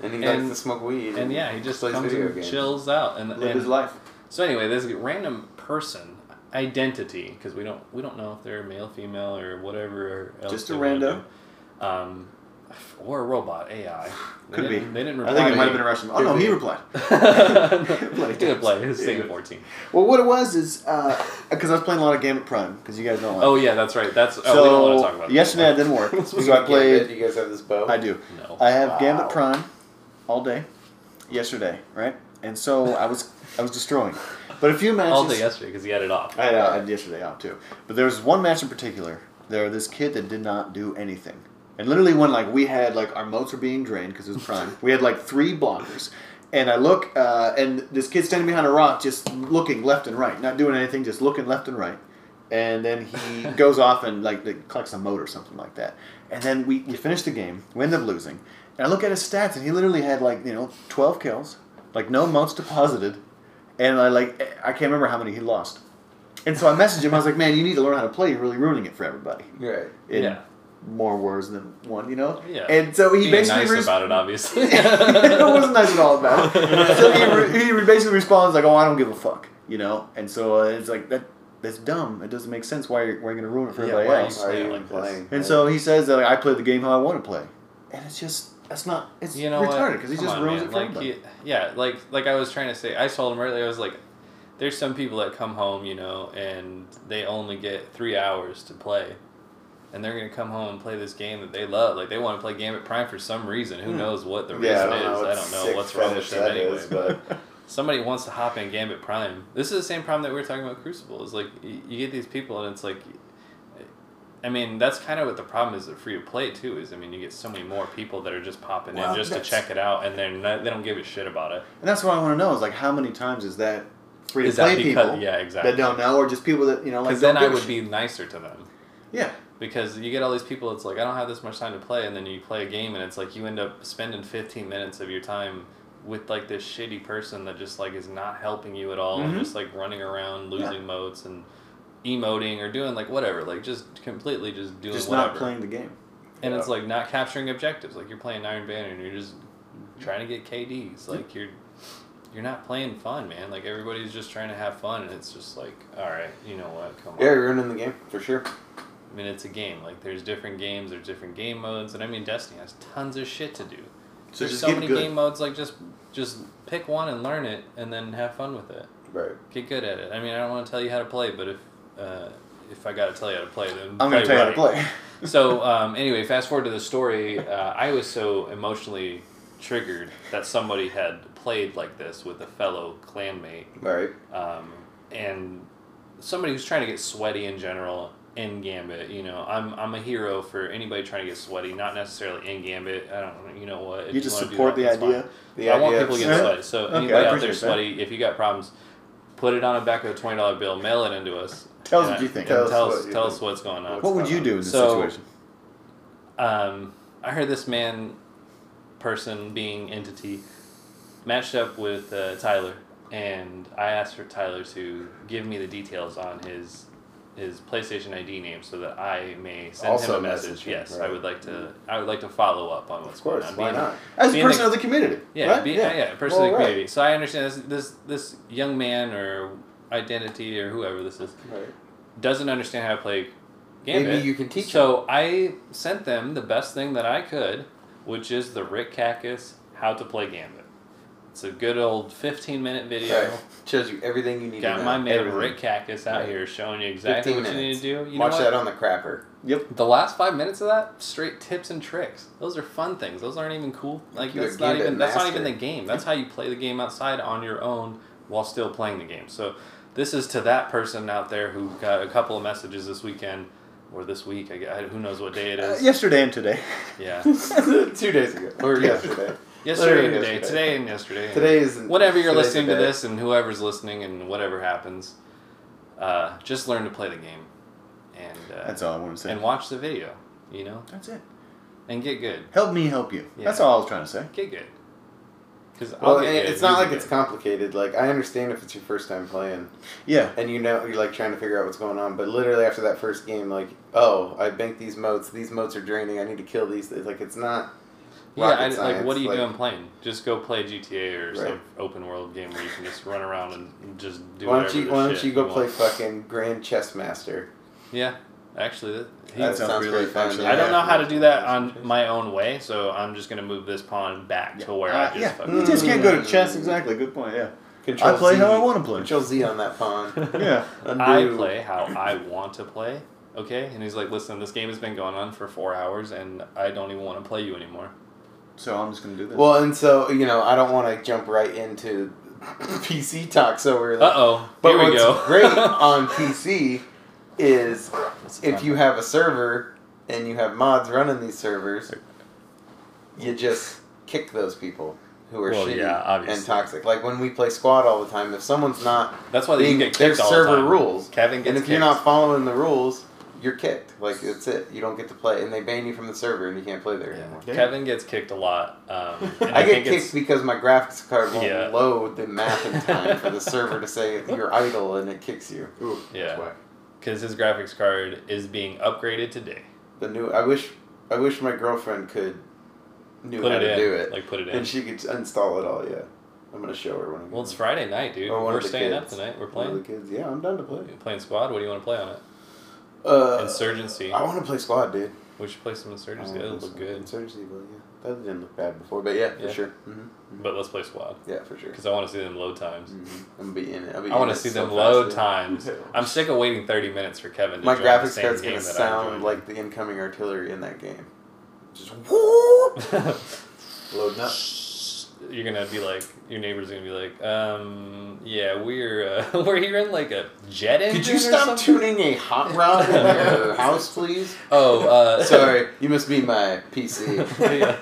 and he And- likes to smoke weed. And yeah, he just plays comes video and games. chills out. And, Live his and life. so anyway, this random person identity because we don't we don't know if they're male, female, or whatever. Else Just a they wanna rando. do. Um, or a robot AI. They Could be. didn't- They didn't I reply. think it to might me. have been a Russian. Oh no, he replied. (laughs) (laughs) he did play. His thing Yeah. fourteen. Well, what it was is because I was playing a lot of Gambit Prime because you guys know. a lot. Oh yeah, that's right. That's oh, we don't want to talk so about that. yesterday I didn't work, Speaking so I of Gambit, played. Do you guys have this bow? I do. No. I have Wow. Gambit Prime all day. Yesterday, right? And so I was I was destroying, but a few matches. all day yesterday because he had it off. I had, uh, I had yesterday off too. But there was one match in particular. There, this kid that did not do anything, and literally when like we had like our moats were being drained because it was prime. we had like three blockers, and I look, uh, and this kid standing behind a rock, just looking left and right, not doing anything, just looking left and right. And then he goes off and like like, collects a moat or something like that. And then we, we finish the game. We end up losing. And I look at his stats, and he literally had like you know twelve kills, like no moats deposited, and I like I can't remember how many he lost. And so I messaged him. I was like, "Man, you need to learn how to play. You're really ruining it for everybody." Right. In Yeah. More words than one, you know. Yeah. And so he Being basically nice res- (laughs) about it, obviously. it wasn't nice at all about (laughs) it. So he, re- he re- basically responds like, "Oh, I don't give a fuck," you know. And so uh, it's like that. That's dumb. It doesn't make sense. Why are you, why are you going to ruin it for Yeah, why are everybody you else? Are Yeah, you like even this. playing? And so he says that like, I play the game how I want to play, and it's just that's not it's you know retarded what? because he Come just on, ruins man. it for like, everybody. he- yeah, like like I was trying to say, I told him earlier. I was like, there's some people that come home, you know, and they only get three hours to play, and they're gonna come home and play this game that they love. Like they want to play Gambit Prime for some reason. Hmm. Who knows what the yeah, I reason don't know. is? what I don't know sick what's wrong with fetish them that anyway. is, but somebody wants to hop in Gambit Prime. This is the same problem that we were talking about Crucible. Is like y- you get these people, and it's like, I mean, that's kind of what the problem is. The free to play too is. I mean, you get so many more people that are just popping Well, in just to that's- check it out, and they're not, they don't give a shit about it. And that's what I want to know is like how many times is that free to Is that play because- people yeah, exactly. that don't know or just people that you know like Because then don't I give a would shit. be nicer to them. yeah Because you get all these people, it's like I don't have this much time to play, and then you play a game, and it's like you end up spending fifteen minutes of your time with like this shitty person that just like is not helping you at all, and Mhm. just like running around Yeah. losing motes and emoting or doing like whatever, like just completely just doing just whatever. not playing the game. and it's Yeah. like not capturing objectives. Like you're playing Iron Banner, and you're just trying to get KDs. Like you're you're not playing fun, man. Like everybody's just trying to have fun, and it's just like, all right, you know what? Come on. yeah, you're ruining the game for sure. I mean, it's a game. Like, there's different games, there's different game modes, and I mean, Destiny has tons of shit to do. So there's just so get many good. game modes. Like, just just pick one and learn it, and then have fun with it. Right. Get good at it. I mean, I don't want to tell you how to play, but if uh, if I got to tell you how to play, then I'm gonna tell you how to right. (laughs) play. So, um, anyway, fast forward to the story. Uh, I was so emotionally triggered that somebody had played like this with a fellow clanmate Right. um, and somebody who's trying to get sweaty in general in Gambit. You know, I'm I'm a hero for anybody trying to get sweaty, not necessarily in Gambit. I don't, you know what? If You just wanna do support that, the that's fine. idea. The I want idea people to of- get Yeah. sweaty. So Okay, I anybody out appreciate there that. sweaty, if you got problems, put it on the back of a twenty dollar bill, mail it into us. Tell us and- what you think. and Tell us tell what us, you tell think. us what's going on. (laughs) What would you do in this So- situation? Um, I heard this man, person, being entity, matched up with uh, Tyler, and I asked for Tyler to give me the details on his his PlayStation ID name so that I may send Also him a message. message him, yes, I right. Mm-hmm. would like to. I would like to follow up on what's Of course. going on. Why being- not? As a being person the- of the community, yeah, right? be, yeah, yeah, person Well, of the right. community. So I understand this this this young man or identity or whoever this is Right. doesn't understand how to play Gambit. Maybe you can teach So I sent them the best thing that I could, which is the Rick Cactus How to Play Gambit. It's a good old 15 minute video. Right. Shows you everything you need to Got know. my man Everything. Rick Cactus out Right. here showing you exactly 15 what minutes. you need to do. You Watch know what? that on the (laughs) crapper. Yep. The last five minutes of that, straight tips and tricks. Those are fun things. Those aren't even cool. Like You're a that's not Gambit even that's not even the master. game. That's how you play the game outside on your own while still playing the game. So this is to that person out there who got a couple of messages this weekend or this week. I, gue- I, who knows what day it Uh, is? yesterday and today. yeah. (laughs) Two days ago or yesterday. Yesterday and Literally today. yesterday. Today and yesterday. and- Today (laughs) is whenever you're today's listening the to day. this and whoever's listening and whatever happens, uh, just learn to play the game and uh, (laughs) That's all I want to say. and watch the video, you know, That's it. and get good, Help me help you. Yeah. That's all I was trying to say. get good. Because Well, it- it's not like it's complicated. Like I understand if it's your first time playing Yeah. and you know you're like trying to figure out what's going on, but literally after that first game, like oh, I banked these moats. These moats are draining. I need to kill these. It's like it's not. yeah. rocket I, like science, what are you like- doing playing? Just go play GTA or Right. some open world game where you can just run around and just do. why don't whatever you the Why don't shit you go play want. fucking Grand Chess Master? Yeah, actually, that- he- That sounds sounds really really fun. fun. yeah. I don't know how to do that on Chess. my own way, so I'm just gonna move this pawn back to where I Uh, just yeah. fucking. (laughs) You just can't go to chess. Mm. Exactly. Good point. Yeah. Control I play Z. how I want to play. Control Z on that pawn. (laughs) (laughs) Yeah. I Undo. play how I want to play. Okay, and he's like, "Listen, this game has been going on for four hours, and I don't even want to play you anymore." So I'm just gonna do this. Well, and so you know, I don't want to jump right into (laughs) PC talk. So we're Uh like, oh, But here we what's go. (laughs) great on PC is if you have a server and you have mods running these servers, you just kick those people who are Well, shitty yeah, obviously. and toxic. Like when we play squad all the time, if someone's not That's why they being- get there's kicked all the server time. rules, Kevin gets and if kicked. you're not following the rules, you're kicked. Like that's it. You don't get to play, and they ban you from the server, and you can't play there Yeah. anymore. Yeah. Kevin gets kicked a lot. Um, (laughs) and I, I, get think kicked it's- because my graphics card won't Yeah. load the map in time for the server to say (laughs) you're idle, and it kicks you. Ooh, Yeah. because his graphics card is being upgraded today. the new. I wish, I wish my girlfriend could knew Put how it to in. do it, Like put it in. and she could install it all. Yeah, I'm gonna show her when I get well, it's home. Friday night, dude. Or one We're of the staying up kids. tonight. We're One of playing. the kids. Yeah, I'm down to play. You're playing squad. What do you want to play on it? Uh, Insurgency. I want to play squad, dude. We should play some I wanna insurgency. play It'll look Squad. good. Insurgency, but yeah, that didn't look bad before. But yeah, for Yeah. sure. hmm But let's play squad Yeah, for sure. because I want to see them load times. hmm I'm gonna be in it. I'll be I want in to it see so them fast, load dude. (laughs) times. I'm sick of waiting 30 minutes for Kevin to My join the graphics same card's game gonna that I sound joined. like the incoming artillery in that game. Just whoop, (laughs) loading up. You're gonna be like your neighbor's gonna be like, um, yeah, we're uh, (laughs) we're hearing like a jet engine. Could you or stop something? tuning a hot rod (laughs) in your house, please? Oh, (laughs) uh, Sorry, you must be my PC. (laughs) Yeah.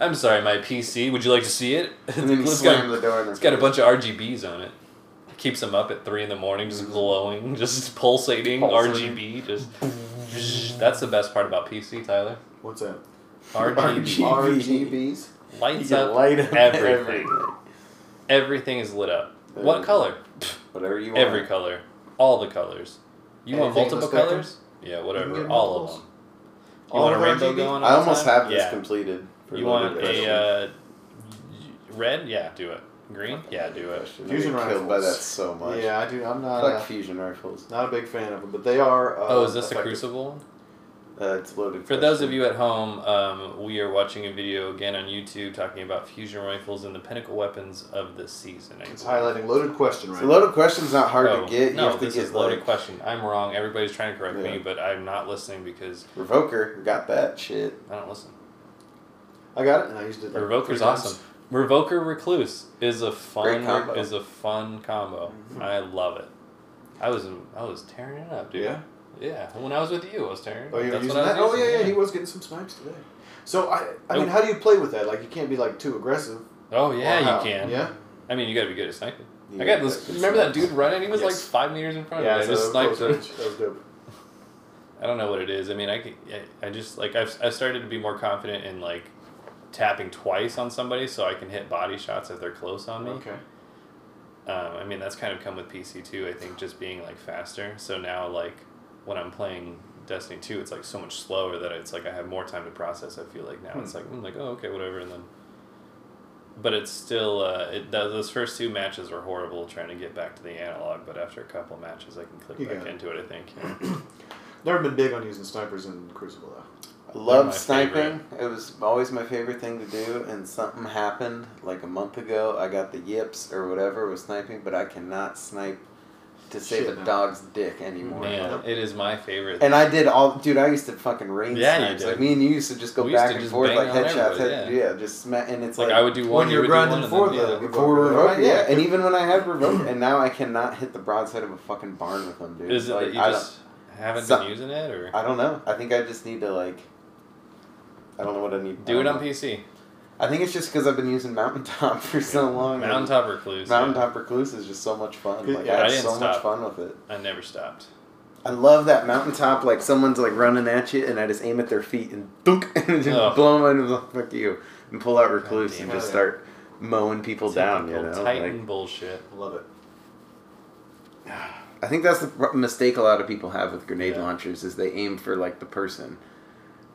I'm sorry, my PC. Would you like to see (laughs) it? And then you it's slam got, the door in it's got a bunch of RGBs on it. Keeps them up at three in the morning, just glowing, (laughs) just pulsating, Pulsating. RGB. Just (laughs) that's the best part about PC, Tyler. What's that? RGB RGBs. lights up everything. Everything is lit up. What Everything. color? Whatever you want. Every color. All the colors. You want Anything multiple in the spectrum? colors? Yeah, You can whatever. get All of multiples. them. You All want a of rainbow RGB? going on? I almost top? have yeah. this completed. for You loaded want question. a uh, red? Yeah, do it. Green? Yeah, do it. Question. Fusion I get killed by rifles. that so much. Yeah, I do. I'm not. Fuck Uh, fusion rifles. not a big fan of them, but they are. Uh, Oh, is this a effective. crucible? one? Uh, it's loaded. For those of question. you at home, um, we are watching a video again on YouTube talking about fusion rifles and the pinnacle weapons of the season. I It's believe. highlighting loaded question right. So loaded question's not hard Oh, to get. You No, have to this get is loaded like question. I'm wrong. Everybody's trying to correct Yeah. me, but I'm not listening because revoker. Got that shit. I don't listen. I got it, and I used it. like, three Revoker's times. awesome. Revoker Recluse is a Great fun combo. is a fun combo. Mm-hmm. I love it. I was I was tearing it up, dude. Yeah. Yeah, When I was with you, I was tearing. it Oh, up. you were That's using what I that? was Oh, using, yeah, yeah. He was getting some snipes today. So I, I mean, Oh. how do you play with that? Like, you can't be like too aggressive. Oh Or yeah, how? you can. Yeah. I mean, you got to be good at sniping. You I got get this. good Remember that snipes. dude running? He was like Yes. five meters in front of yeah. me. I just so that sniped was him. dope. That was dope. I don't know what it is. I mean, I, c- I- I just like I've I started to be more confident in like tapping twice on somebody so I can hit body shots if they're close on me. Okay. Um, I mean, that's kind of come with PC too. I think just being like faster. So now like when I'm playing Destiny two, it's like so much slower that it's like I have more time to process. I feel like now Hmm. it's like I'm like oh okay whatever and then. But it's still uh, it th- those first two matches were horrible trying to get back to the analog. But after a couple matches, I can click You back got it. into it. I think. Never been big on using snipers in Crucible though. I my loved sniping. It was always my favorite thing to do, and something happened like a month ago. I got the yips or whatever with sniping, but I cannot snipe to save Shit, a no. dog's dick anymore. Man, it is my favorite. And I did all, dude. I used to fucking rain Yeah, you snipes. did. Like me and you used to just go We used back to and just forth bang like on headshots. everybody, Head, yeah. yeah. just sma and it's like, like, I would do one. when you you're would do grinding one, and for then the the- other. before revoke, Right, yeah. yeah. (laughs) And even when I had revoke, and now I cannot hit the broadside of a fucking barn with them, dude. Is it like, that you I just haven't So- been using it or I don't know. I think I just need to like. I don't know what I need. do I it don't on know. PC. I think it's just because I've been using Mountaintop (laughs) for so long. and Mountaintop Recluse. yeah. Mountaintop Recluse is just so much fun. Like I Yeah, I had didn't so much stop. fun with it. I never stopped. I love that mountaintop. Like someone's like running at you, and I just aim at their feet and dunk (laughs) and Ugh. just blow them into the fuck you, and pull out recluse damn and it. just start mowing people down. You Typical know, Titan like, bullshit. Love it. I think that's the pr- mistake a lot of people have with grenade Yeah. launchers is they aim for like the person.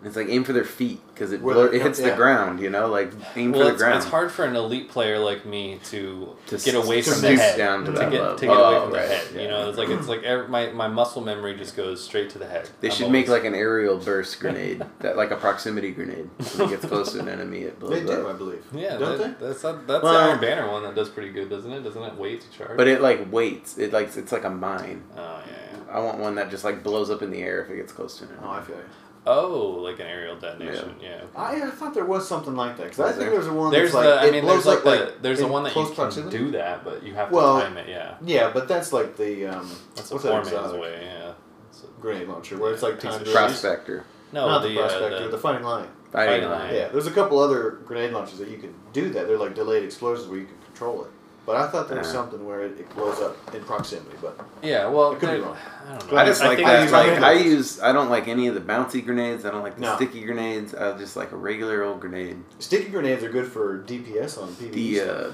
It's like aim for their feet because it Where blur- they- it hits yeah. the ground. You know, like aim Well, for the it's, ground. it's hard for an elite player like me to, To get away s- from the reduce head. down to to that get level. to get away Oh, from the right, head. You yeah. know, it's like it's like every, my my muscle memory just goes straight to the head. They I'm should make always- like an aerial burst grenade, (laughs) that like a proximity grenade. So when it gets close to an enemy, it blows They up. do, I believe. yeah. don't that- they? That's a, that's the Well- Iron Banner one that does pretty good, doesn't it? Doesn't it wait to charge? But it like waits. It like it's like a mine. oh yeah. yeah. I want one that just like blows up in the air if it gets close to an No, I feel you. Oh, like an aerial detonation. Yeah. I, I thought there was something like that because Was I think there? there's a one. There's that's the like, I it mean blows there's like up, the like, there's the in one that you close can proximity. do that, but you have to Well, time it. Yeah. Yeah, but that's like the um, That's a what's that four man's exotic way. Yeah. It's a- grenade launcher where it's like Piece time of to shit. release. Prospector. No, Not the, uh, prospector, the, fighting lion. Fighting Fighting line. Lion. Yeah, there's a couple other grenade launchers that you can do that. They're like delayed explosions where you can control it. But I thought there was Yeah. Uh-huh. something where it, it blows up in proximity. But Yeah, well, I could be there- wrong. I don't know. I just like think that. it's I Like use I those. use, I don't like any of the bouncy grenades. I don't like the No. sticky grenades. I just like a regular old grenade. sticky grenades are good for DPS on PvE. The stuff. uh,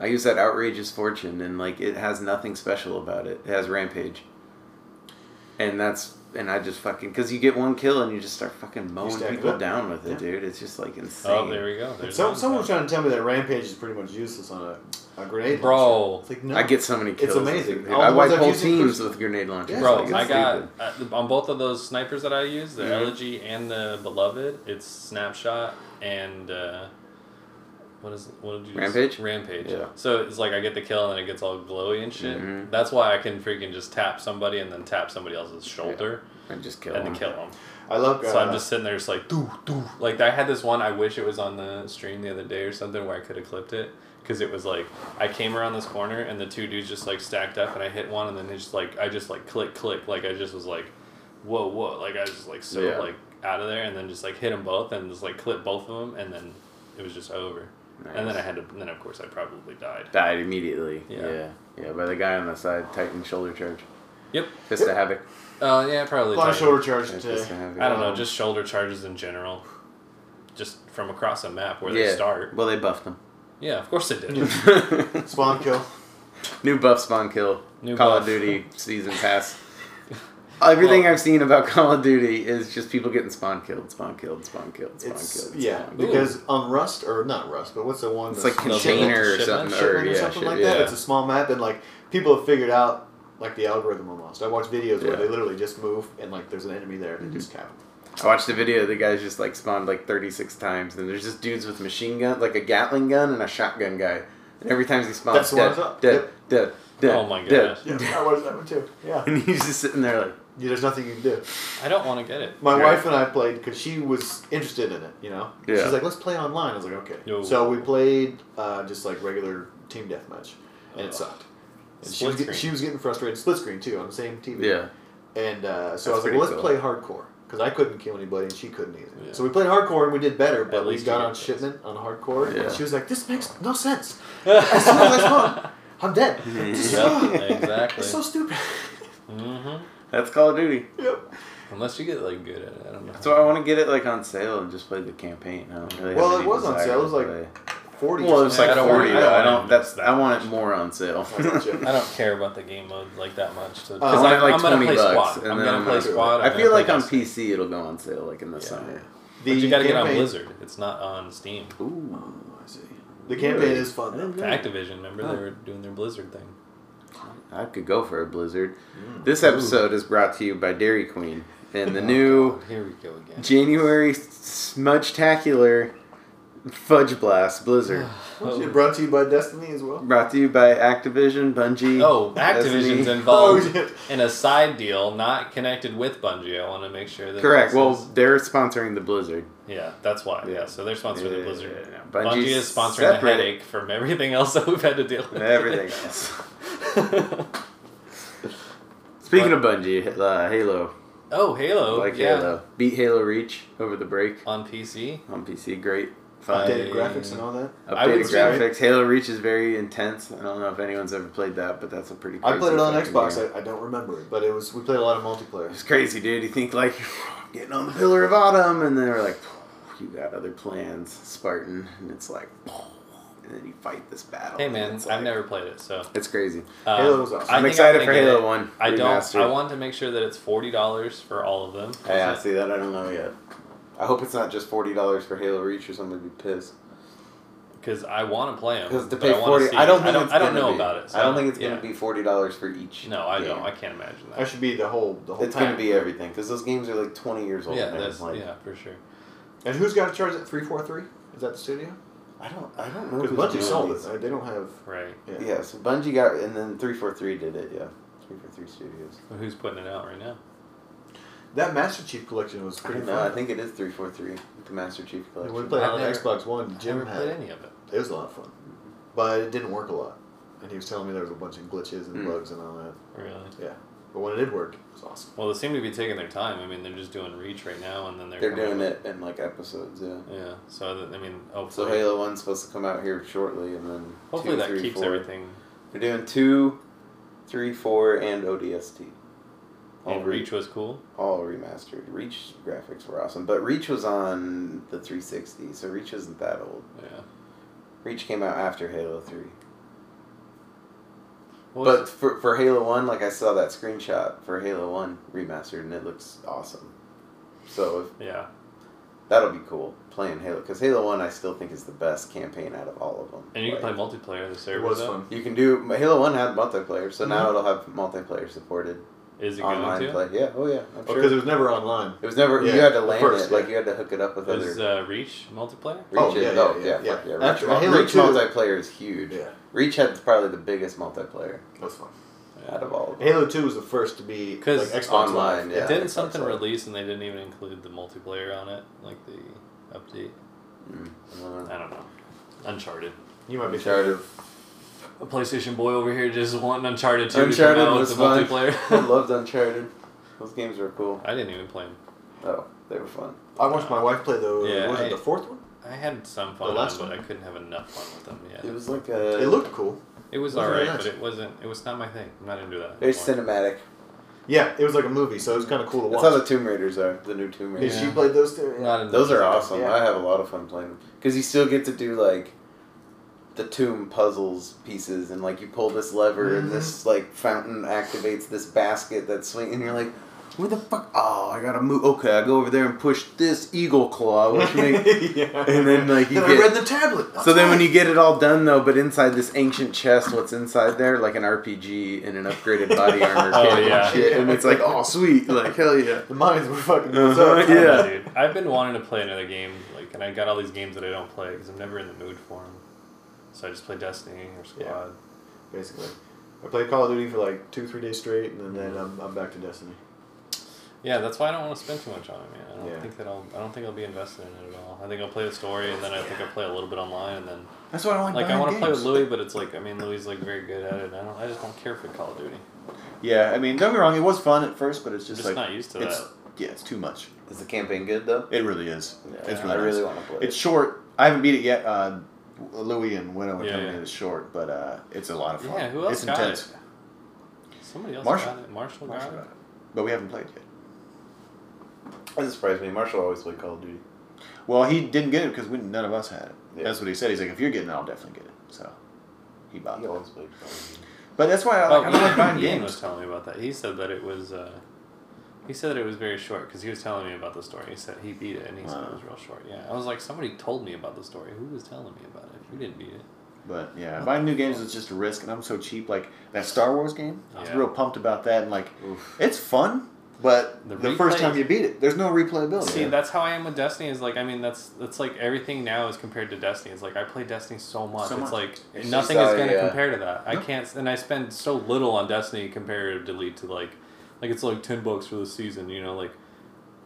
I use that outrageous fortune, and like it has nothing special about it. It has rampage, and that's and I just fucking because you get one kill and you just start fucking mowing stack it people up. down with it, Yeah. dude. It's just like insane. Oh, there we go. There's Some, one. someone was trying to tell me that rampage is pretty much useless on a, a grenade Bro. launcher. It's like, no. I get so many kills. amazing. with it. All I the wipe ones I've whole used in teams person- with grenade launchers. Yeah, Bro, Like, it's I got stupid. uh, on both of those snipers that I use, the Mm-hmm. Mhm. Elegy and the Beloved. It's Snapshot and uh, what is what did you just- Rampage? Rampage. Yeah. So it's like I get the kill and then it gets all glowy and shit. Mm-hmm. Mhm. That's why I can freaking just tap somebody and then tap somebody else's shoulder I just kill and them. then kill them. I love. So uh, I'm just sitting there, just like doo doo. Like I had this one. I wish it was on the stream the other day or something where I could have clipped it because it was like I came around this corner and the two dudes just like stacked up and I hit one and then it's just like I just like click click like I just was like, whoa whoa like I was just like so Yeah. like out of there and then just like hit them both and just like clip both of them and then it was just over. And then I Nice. had to. Then of course I probably died. died immediately. Yeah. yeah, yeah, By the guy on the side, Titan shoulder charge, Yep. fist of havoc. Uh, yeah, probably. a lot of died. shoulder charge Yeah, to. fist of havoc. I don't know. Just shoulder charges in general. Just from across a map where yeah. they start. Well, they buffed him. Yeah, of course they did. (laughs) (laughs) Spawn kill. New buff spawn kill. New Call buff. of Duty season (laughs) pass. Everything Well- I've seen about (laughs) Call of Duty is just people getting spawn killed, spawn killed, spawn killed, spawn It's killed. yeah, spawn killed. because on Rust or not Rust, but what's the one? It's like that's- container or shipment, something, or Shipment yeah, or something shit, like yeah. that. It's a small map, and like people have figured out like the algorithm almost. I watch videos where Yeah. Mm-hmm. they literally just move, and like there's an enemy there, and they just cap. 'em. I watched the video. The guys just like spawned like thirty six times, and there's just dudes with machine gun, like a Gatling gun and a shotgun guy. And every time he spawns, That's the one I dead, saw. dead, Yep. dead, dead, Oh my dead, gosh. Yeah, dead. I watched that one too. Yeah. (laughs) And he's just sitting there like, Yeah, there's nothing you can do. I don't want to get it. My Yeah. wife and I played because she was interested in it. You know, Yeah. she's like, "Let's play online." I was like, "Okay." Yo. So we played uh, just like regular team deathmatch, Oh. and Ugh. it sucked. And she Split was, get, screen. she was getting frustrated. Split screen too on the same TV. yeah, And uh, That's so I was like, pretty well, let's cool. play hardcore. Because I couldn't kill anybody and she couldn't either. Yeah. So we played hardcore and we did better, but we least got you on did. shipment on hardcore. Yeah. And she was like, this makes no sense. As soon (laughs) as I spawn, I'm dead. It's Yep, it's so exactly. stupid. (laughs) hmm that's Call of Duty. yep. Unless you get like good at it, I don't know. That's why I want to get it like on sale and just play the campaign. I don't really have Well, it any was on desire sale. It was, to like, play. 40 Well, it's Yeah, like I don't want- forty. I I don't don't. want it. that's. I want it more on sale. (laughs) I got you. (laughs) I don't care about the game mode like that much. Because I want I'm, it, Uh, like, I'm gonna 20 play bucks, squad. and I'm then gonna I'm play gonna- squad. I I'm feel gonna like play on Destiny. PC it'll go on sale like in the Yeah. summer. The But you gotta get on campaign- Blizzard. It's not on Steam. Ooh. Oh, I see. The campaign Really? is fun. Yeah. Though. To Activision, remember Huh. they were doing their Blizzard thing. I could go for a Blizzard. Mm. This episode is brought to you by Dairy Queen and the Oh, new God, here we go again. January Smudgetacular Fudge (sighs) Blast Blizzard. Was it Oh, brought to you by Destiny as well? brought to you by Activision, Bungie. oh, Destiny. (laughs) Activision's involved Oh, in a side deal not connected with Bungie. I want to make sure that Correct. this Well, is- they're sponsoring the Blizzard. yeah, that's why. Yeah, Yeah. so they're sponsoring the Blizzard. Yeah, Bungie Bungie's is sponsoring the separate. headache from (laughs) everything else that we've had to deal with. Everything else. Speaking of Bungie, uh, Halo. Oh, Halo. like yeah. Halo. Beat Halo Reach over the break On PC. on PC. Great. Fun. Updated I- graphics and all that. I would Updated say- graphics. Halo Reach is very intense. I don't know if anyone's ever played that, but that's a pretty. I played crazy it on fucking Xbox. game. I, I don't remember it, but it was we played a lot of multiplayer. It's crazy, dude. You think like (laughs) getting on the Pillar of Autumn, and then they're like, "You got other plans, Spartan," and it's like, (laughs) and then you fight this battle. Hey and man, it's I've like- never played it, so It's crazy. um, Halo was awesome. I I'm think excited I'm for gonna get Halo it. One. I don't. remastered. I want to make sure that it's forty dollars for all of them. Hey, I Is it- see that. I don't know yet. I hope it's not just forty dollars for Halo Reach, or somebody would be pissed. Because I want to play them. Because to but pay I wanna forty, see I don't it. think I don't, it's I don't gonna know be. about it. so I don't think it's yeah. gonna be forty dollars for each. No, I game. don't. I can't imagine that. That should be the whole the whole It's time. gonna be everything because those games are like twenty years old. yeah, man. that's like, yeah for sure. And who's got to charge it? Three four three? Is that the studio? I don't. I don't know. Because who's Bungie doing sold these. it. They don't have. Right. Yeah. Yeah, so Bungie got, and then three four three did it. Yeah, three four three Studios. But who's putting it out right now? That Master Chief collection was pretty No, fun. I think it is three four three. The Master Chief collection. we played I've on never- Xbox One. I Jim never had played it. any of it. It was a lot of fun, but it didn't work a lot. And he was telling me there was a bunch of glitches and Mm. bugs and all that. Really. Yeah, but when it did work, it was awesome. Well, they seem to be taking their time. I mean, they're just doing Reach right now, and then they're They're coming doing with- it in like episodes. Yeah. Yeah. So that, I mean, So hopefully, Halo One's supposed to come out here shortly, and then hopefully two, that three, keeps four. everything. They're doing two, three, four, and ODST. All And re- Reach was cool. all remastered. Reach graphics were awesome, but Reach was on the 360, so Reach isn't that old. Yeah. Reach came out after Halo Three. What was- But for, for Halo 1, like I saw that screenshot for Halo 1 remastered, and it looks awesome. So yeah. if, that'll be cool playing Halo. Because Halo 1, I still think, is the best campaign out of all of them. And you can play Like, multiplayer. The It server was fun. You can do. Halo 1 had multiplayer, so Mhm. now it'll have multiplayer supported Mm-hmm. Is it online going to? play. Yeah, oh yeah. I'm Because sure. it was never online. It was never. Yeah, you had to at land first, it. yeah. Like, you had to hook it up with Is other. uh, Reach multiplayer? Reach Oh, is- yeah, yeah, oh, yeah, yeah, yeah. fuck yeah. After Reach, Halo Reach 2 multiplayer is huge. Yeah, Reach had probably the biggest multiplayer it was fun. out of all of them. Halo Two was the first to be like 'Cause Xbox online, Live. yeah. Didn't Xbox something Live. release and they didn't even include the multiplayer on it, like the update? Mm, I don't know. I don't know. Uncharted. You might be Uncharted. tired of. A PlayStation boy over here just wanting Uncharted 2 to Uncharted come out was with the fun. (laughs) I multiplayer. loved Uncharted. Those games were cool. (laughs) I didn't even play 'em. Oh, they were fun. I watched my wife play the. Yeah, was I- it the fourth one? I had some fun, The with last them, but one. I couldn't have enough fun with them. Yeah, It was like a. It looked cool. it was it was very alright, nice. but it wasn't. It was not my thing. I'm not into that. Very anymore. cinematic. Yeah, it was like a movie, so it was kind of cool to That's how the watch. Tomb Raiders are. The new Tomb Did Raiders. Yeah. she play those two? Yeah. Not (laughs) into Those are that. awesome. Yeah. I have a lot of fun playing them because you still get to do like the tomb puzzles pieces and like you pull this lever and this like fountain activates this basket that's swinging. And you're like, where the fuck? Oh, I gotta move. Okay, I go over there and push this eagle claw, which makes. (laughs) yeah. And then, like, you Then get- I read the tablet. So then, when you get it all done, though, but inside this ancient chest, what's inside there? Like an RPG and an upgraded (laughs) body armor Oh, kit yeah. and shit. And it's like, oh, sweet. Like, hell yeah. the minds were fucking. Uh-huh, up. I don't know, Yeah. dude. I've been wanting to play another game, like, and I got all these games that I don't play because I'm never in the mood for them. So I just play Destiny or Squad. Yeah. (laughs) Basically, I played Call of Duty for like two, three days straight, and then, then I'm, I'm back to Destiny. Yeah, that's why I don't want to spend too much on it, man. I don't Yeah. think that I'll. I don't think I'll be invested in it at all. I think I'll play the story, and then I think I'll play a little bit online, and then That's why I don't like I want to play with Louis. Louis, but it's like I mean Louis like very good at it. And I don't. I just don't care for Call of Duty. Yeah, I mean, don't get me wrong, it was fun at first, but it's I'm just, just like not used to it's that. yeah, it's too much. Is the campaign good, though? It really is. it's Yeah, really, I nice. really want to play it. It's short. I haven't beat it yet. Uh, Louis and Widow and Yeah, Company yeah. is short, but uh, it's a lot of fun. Yeah, who else It's got intense. it? Somebody else Marshall. got it. Marshall got Marshall it. got it. But we haven't played it yet. That surprised me. Marshall always played Call of Duty. Well, he didn't get it because we, none of us had it. Yeah. That's what he said. He's like, if you're getting it, I'll definitely get it. So he bought He it. always played Call of Duty. But that's why I, Oh, like, I don't like Ian- buying Ian was games. telling me about that. He said that it was. Uh, he said that it was very short because he was telling me about the story. He said he beat it, and he said it Wow. was real short. Yeah, I was like, somebody told me about the story. Who was telling me about it? If you didn't beat it, But yeah, buying new games is just a risk, and I'm so cheap. Like that Star Wars game, I was Yeah. real pumped about that, and like it's fun, but The the, first replays- time you beat it, there's no replayability. See, that's how I am with Destiny. Is like, I mean, that's that's like everything now is compared to Destiny. It's like I play Destiny so much. So it's much. like It's nothing just is how- going to yeah. compare to that. I No. can't, s- and I spend so little on Destiny comparatively to like, like it's like ten bucks for the season. You know, like.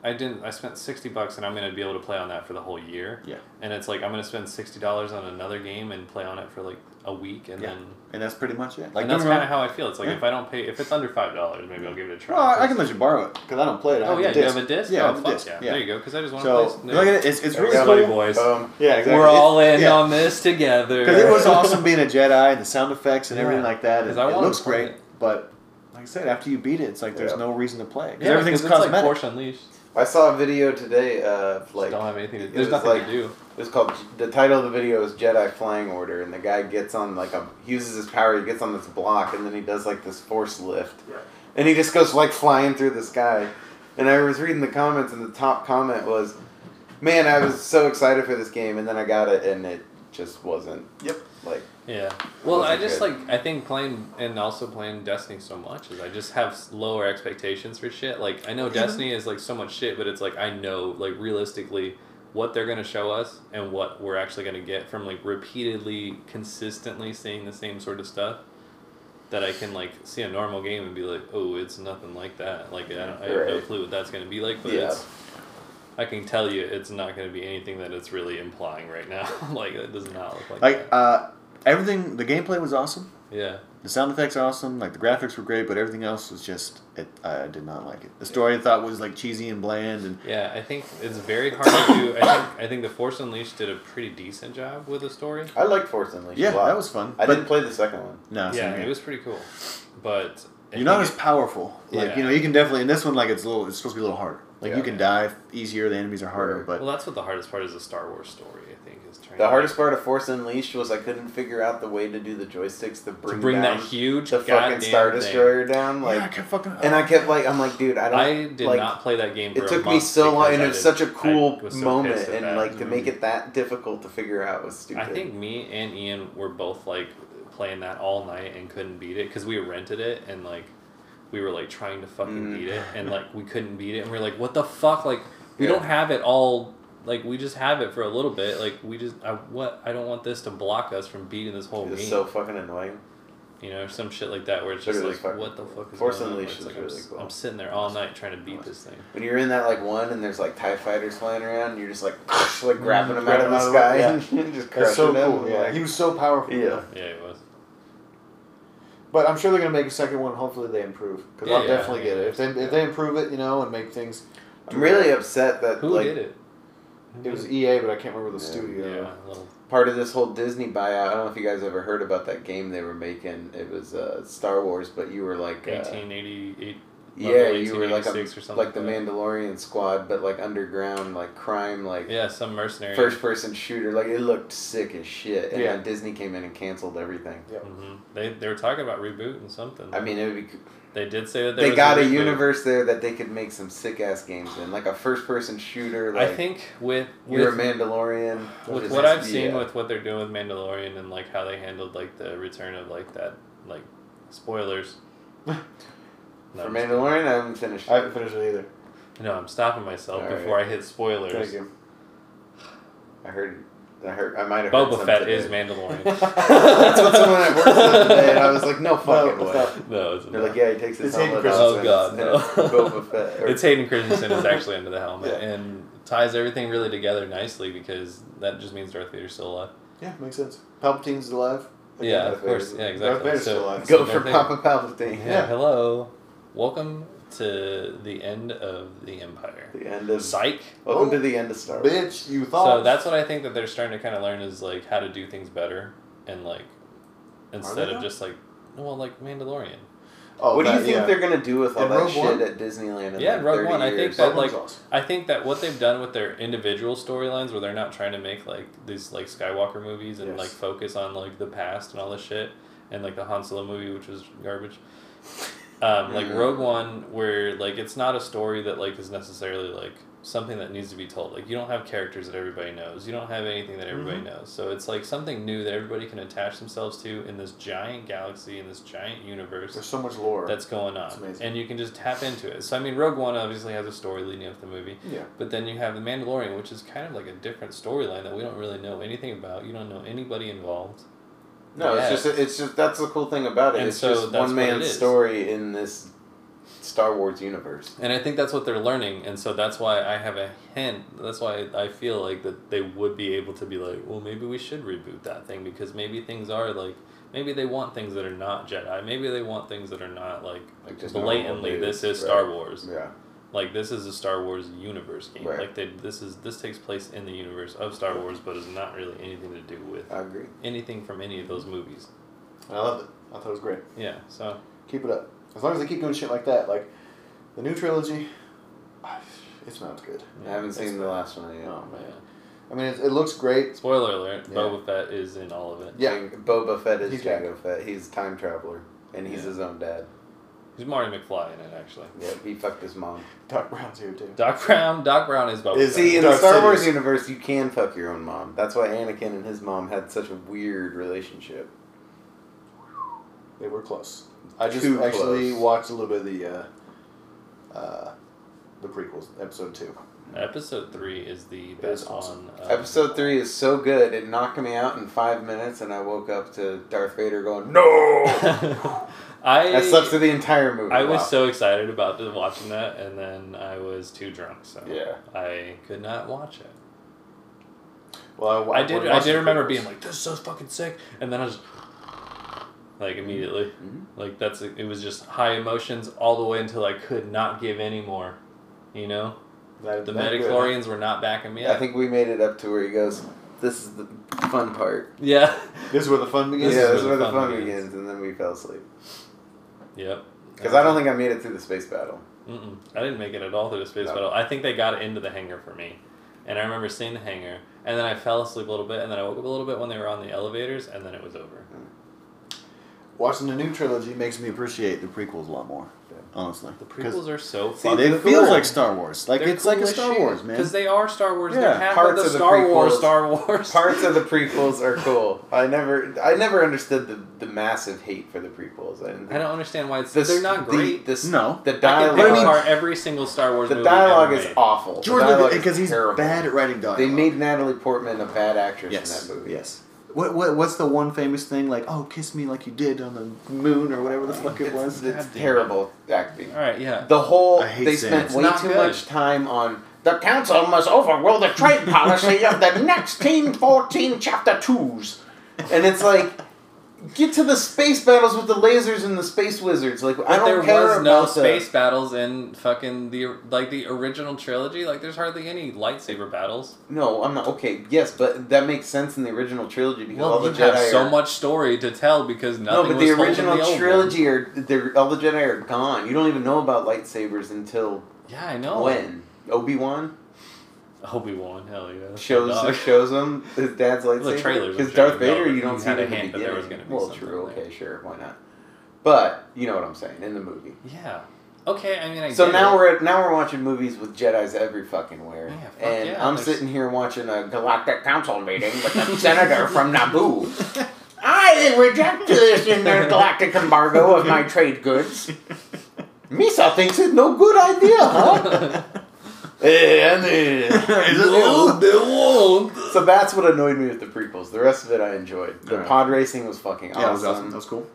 I didn't. I spent sixty bucks, and I'm gonna be able to play on that for the whole year. Yeah. And it's like I'm gonna spend sixty dollars on another game and play on it for like a week, and Yeah. then And that's pretty much it. Like and that's don't get me kind of wrong- how I feel. It's like Yeah. if I don't pay, if it's under five dollars, maybe I'll give it a try. Well, I can let you borrow it because I don't play it. I Oh have yeah, the do you disc. have a disc? Yeah, I oh, have fuck a disc. yeah. Yeah. There you go. Because I just want to So play. look at it. It's, it's really Everybody cool. boys. Boom. Yeah, exactly. We're all in Yeah. on this together. Because it (laughs) was awesome being a Jedi and the sound effects and Yeah. everything like that. 'Cause And I it wanna looks play great, it. but like I said, after you beat it, it's like there's Yeah. no reason to play because Yeah, everything's 'cause it's like cosmetic. Porsche Unleashed. I saw a video today of Like, like don't have anything. To, it there's was nothing like- to do. It was called the title of the video is Jedi Flying Order, and the guy gets on like a he uses his power. He gets on this block, and then he does like this force lift, and he just goes like flying through the sky. And I was reading the comments, and the top comment was, "Man, I was so excited for this game, and then I got it, and it just wasn't." Yep. Like Yeah. Well, I wasn't just good. like I think playing and also playing Destiny so much is I just have s- lower expectations for shit. Like I Mm-hmm. know Destiny is like so much shit, but it's like I know like realistically what they're gonna show us and what we're actually gonna get from like repeatedly, consistently seeing the same sort of stuff. That I can like see a normal game and be like, oh, it's nothing like that. Like I, don't, I have no Right. clue what that's gonna be like, but Yeah. it's. I can tell you, it's not gonna be anything that it's really implying right now. (laughs) like it does not look like. Like that. uh, everything, the gameplay was awesome. yeah. The sound effects are awesome. Like the graphics were great, but everything else was just it. I did not like it. The story I thought was like cheesy and bland, and Yeah, I think it's very hard to do. I think I think the Force Unleashed did a pretty decent job with the story. I like Force Unleashed. yeah, a lot. that was fun. I but didn't play the second one. no, it's yeah, not good. it was pretty cool, but I You're not as think powerful. Like Yeah. you know, you can definitely in this one like it's a little. It's supposed to be a little harder. Like Yeah. you can dive easier. The enemies are harder, Right. it- but well, that's what the hardest part is a Star Wars story. I think is trying The to- hardest part of Force Unleashed was I couldn't figure out the way to do the joysticks to to bring, bring down that huge the fucking goddamn Star thing. Destroyer down. Yeah, Like I kept fucking. And I kept like, I'm like, dude, I don't. I did like, not play that game. For It a took me month so long, because and I it was did- such a I cool was so moment, pissed at and that. like to make it that difficult to figure out was stupid. I think me and Ian were both like playing that all night and couldn't beat it because we rented it and like we were like trying to fucking Mm. beat it (laughs) and like we couldn't beat it and we are like, what the fuck? Like we Yeah. don't have it all. Like we just have it for a little bit. Like we just I what I don't want this to block us from beating this whole it was game. so fucking annoying. you know, or some shit like that where it's But just it was like, fucking what the cool. fuck is Force going on? Unleashed It's was like, I'm, really s- cool. I'm sitting there all night trying to beat this thing. When you're in that like one, and there's like Tie Fighters flying around, and you're just like, (laughs) like grabbing Mm, them out Grabbing of the them out sky, of (laughs) and just crushing them. like- was so powerful. yeah. Yeah, it was. But I'm sure they're gonna make a second one. Hopefully they improve because Yeah, yeah. if they improve it, you know, and make things. I'm really upset that Who like E did it? Who did EA, E but I can't remember Yeah. Yeah, a little part of this whole Disney buyout. I don't know if you guys ever heard about that game they were making. It was uh, Star Wars, but you were like uh, 1888. Yeah, you were like a, 1886 or something like the like Mandalorian squad, but like underground, like crime, like Yeah, some mercenary. first person shooter. Like it looked sick as shit, and Yeah. then Disney came in and canceled everything. hmm They they were talking about rebooting something. I mean, it would be. c- they did say that there They was got a reboot. universe there that they could make some sick ass games in, like a first person shooter. Like I think with you're with, a Mandalorian. with just- what I've yeah. seen with what they're doing with Mandalorian and like how they handled like the return of like that like spoilers. No, (laughs) for I'm- Mandalorian, I haven't finished. it. I haven't finished it either. No, I'm stopping myself All before I hit spoilers. Thank you. I heard. I heard. I might have. heard Boba some Fett today. is Mandalorian. (laughs) That's what someone at work said today, and (laughs) I was like, no fucking No, way. stop. no, it's They're not. like, yeah, he takes his It's Hayden helmet off. Christensen. and Oh, it's- God, no. and it's Boba Fett. or- (laughs) It's Hayden Christensen is actually under the (laughs) helmet Yeah. and ties everything really together nicely because that just means Darth Vader's still alive. Yeah, makes sense. Palpatine's alive. Yeah, Darth of course. Vader's- Yeah, Darth exactly. Vader's so, still alive. so Go for Darth Vader- Papa Palpatine. Yeah. Yeah. hello. Welcome to the end of the Empire. The end of. Psych. Welcome Oh. to the end of Star Wars. Bitch, you thought. So that's what I think that they're starting to kind of learn is like how to do things better and like instead though? of just like well like Mandalorian. Oh, what do you that- think yeah. they're gonna do with all And that Rogue shit One? at Disneyland? In Yeah, like Rogue 30 One, I think years? that- Rogue One's like- awesome. I think that what they've done with their individual storylines where they're not trying to make like these like Skywalker movies and Yes. like focus on like the past and all this shit and like the Han Solo movie which was garbage. Um, like Mhm. Rogue One where like it's not a story that like is necessarily like something that needs to be told. Like you don't have characters that everybody knows. You don't have anything that everybody Mhm. knows. So it's like something new that everybody can attach themselves to in this giant galaxy in this giant universe There's so much lore. that's going on. It's amazing. And you can just tap into it. So I mean Rogue One obviously has a story leading up to the movie. yeah. But then you have The Mandalorian, which is kind of like a different storyline that we don't really know anything about. You don't know anybody involved. No, Yeah. it's just it's just that's the cool thing about it. And it's so just that's one what it man's is. story in this Star Wars universe. And I think that's what they're learning, and so that's why I have a hint. That's why I feel like that they would be able to be like, well, maybe we should reboot that thing because maybe things are like, maybe they want things that are not Jedi. Maybe they want things that are not like, Like just normal blatantly. This dudes, is right. Star Wars. Yeah. Like this is a Star Wars universe game. Right. Like they, this is this takes place in the universe of Star Wars, but is not really anything to do with I agree. anything from any of those movies. I loved it. I thought it was great. Yeah. So Keep it up. As long as they keep doing shit like that, like the new trilogy, (sighs) I- it's not good. I haven't seen the last one yet. Oh yeah. man. I mean, it, it looks great. Spoiler alert: Yeah. Boba Fett is in all of it. Yeah. Boba Fett is He's Jango Fett. He's a time traveler, and he's Yeah. his own dad. He's Marty McFly in it actually. Yeah, he fucked his mom. Doc Brown's here too. Doc Brown. Doc Brown is Boba Is Fett. See, in the Darth Star Wars Sidious. universe, you can fuck your own mom. That's why Anakin and his mom had such a weird relationship. They were close. I just Too actually close. watched a little bit of the uh, uh, the prequels, episode two. Episode three is the is best awesome. one. um, Episode three is so good; it knocked me out in five minutes, and I woke up to Darth Vader going, "No!" (laughs) I That slept through the entire movie. I Wow. was so excited about the- watching that, and then I was too drunk, so Yeah. I could not watch it. Well, I, wa- I did. wanted to I watch did the remember prequels. being like, "This is so fucking sick," and then I was like, immediately, Mhm. like that's it was just high emotions all the way until I could not give any more. You know, That- the that good. Metachlorians were not backing me up. I think we made it up to where he goes, "This is the fun part." (laughs) yeah. This is where the fun Yeah, begins. This is this is where where the the fun fun begins. begins, and then we fell asleep yep. because I don't think I made it through the space battle. Mm-mm. I didn't make it at all through the space No. battle. I think they got into the hangar for me. And I remember seeing the hangar. And then I fell asleep a little bit. And then I woke up a little bit when they were on the elevators. And then it was over. Watching the new trilogy makes me appreciate the prequels a lot more. Yeah. Honestly, The 'Cause prequels are so See, fun. they- it They're feels cool. like Star Wars. Like it's like a Star Wars, man. Because they are Star Wars. Yeah, They're half parts of the of the Star Wars, prequels- Star Wars. Parts of the prequels are cool. I never, I never understood the, the massive hate for the prequels. I, (laughs) didn't I don't understand why it's. The s- they're not the- great. The, s- No. the I dialogue. can pick apart every single Star Wars the movie dialogue ever is made. awful. The Jordan, dialogue is because he's terrible. bad at writing dialogue. They made Natalie Portman a bad actress yes, in that movie. yes. What, what what's the one famous thing like? Oh, kiss me like you did on the moon or whatever the fuck it was. It's God damn it. terrible acting. All right, yeah. The whole I hate they saying spent it's way not too good. much time on. The council must overrule the trade (laughs) policy of the next team fourteen chapter twos, and it's like. Get to the space battles with the lasers and the space wizards. Like I But don't there care was about no the- space battles in fucking the like the original trilogy. Like there's hardly any lightsaber battles. No, I'm not okay. Yes, but that makes sense in the original trilogy because all Well, the you Jedi have so are, much story to tell because nothing no, but was the told in original the old trilogy are they're, all the Jedi are gone. You don't even know about lightsabers until one. Yeah, I know. when Obi Wan Obi Wan, hell yeah, that's shows my dog. shows him his dad's lightsaber. trailers, I'm because sure Darth you know Vader, that you don't he see had it a in the hint that beginning. there was gonna be well, something true. there. Okay, sure. Why not? But you know what I'm saying in the movie. Yeah. Okay, I mean, I So get now it. we're now we're watching movies with Jedi's every fucking where, Yeah, fuck and yeah, I'm there's- sitting here watching a Galactic Council meeting with the senator from Naboo. (laughs) I reject this intergalactic embargo of my trade goods. Misa thinks it's no good idea, (laughs) huh? Eh, Whoa, (laughs) so that's what annoyed me with the prequels. The rest of it I enjoyed. The Alright. pod racing was fucking Yeah, that was awesome. awesome. That was cool.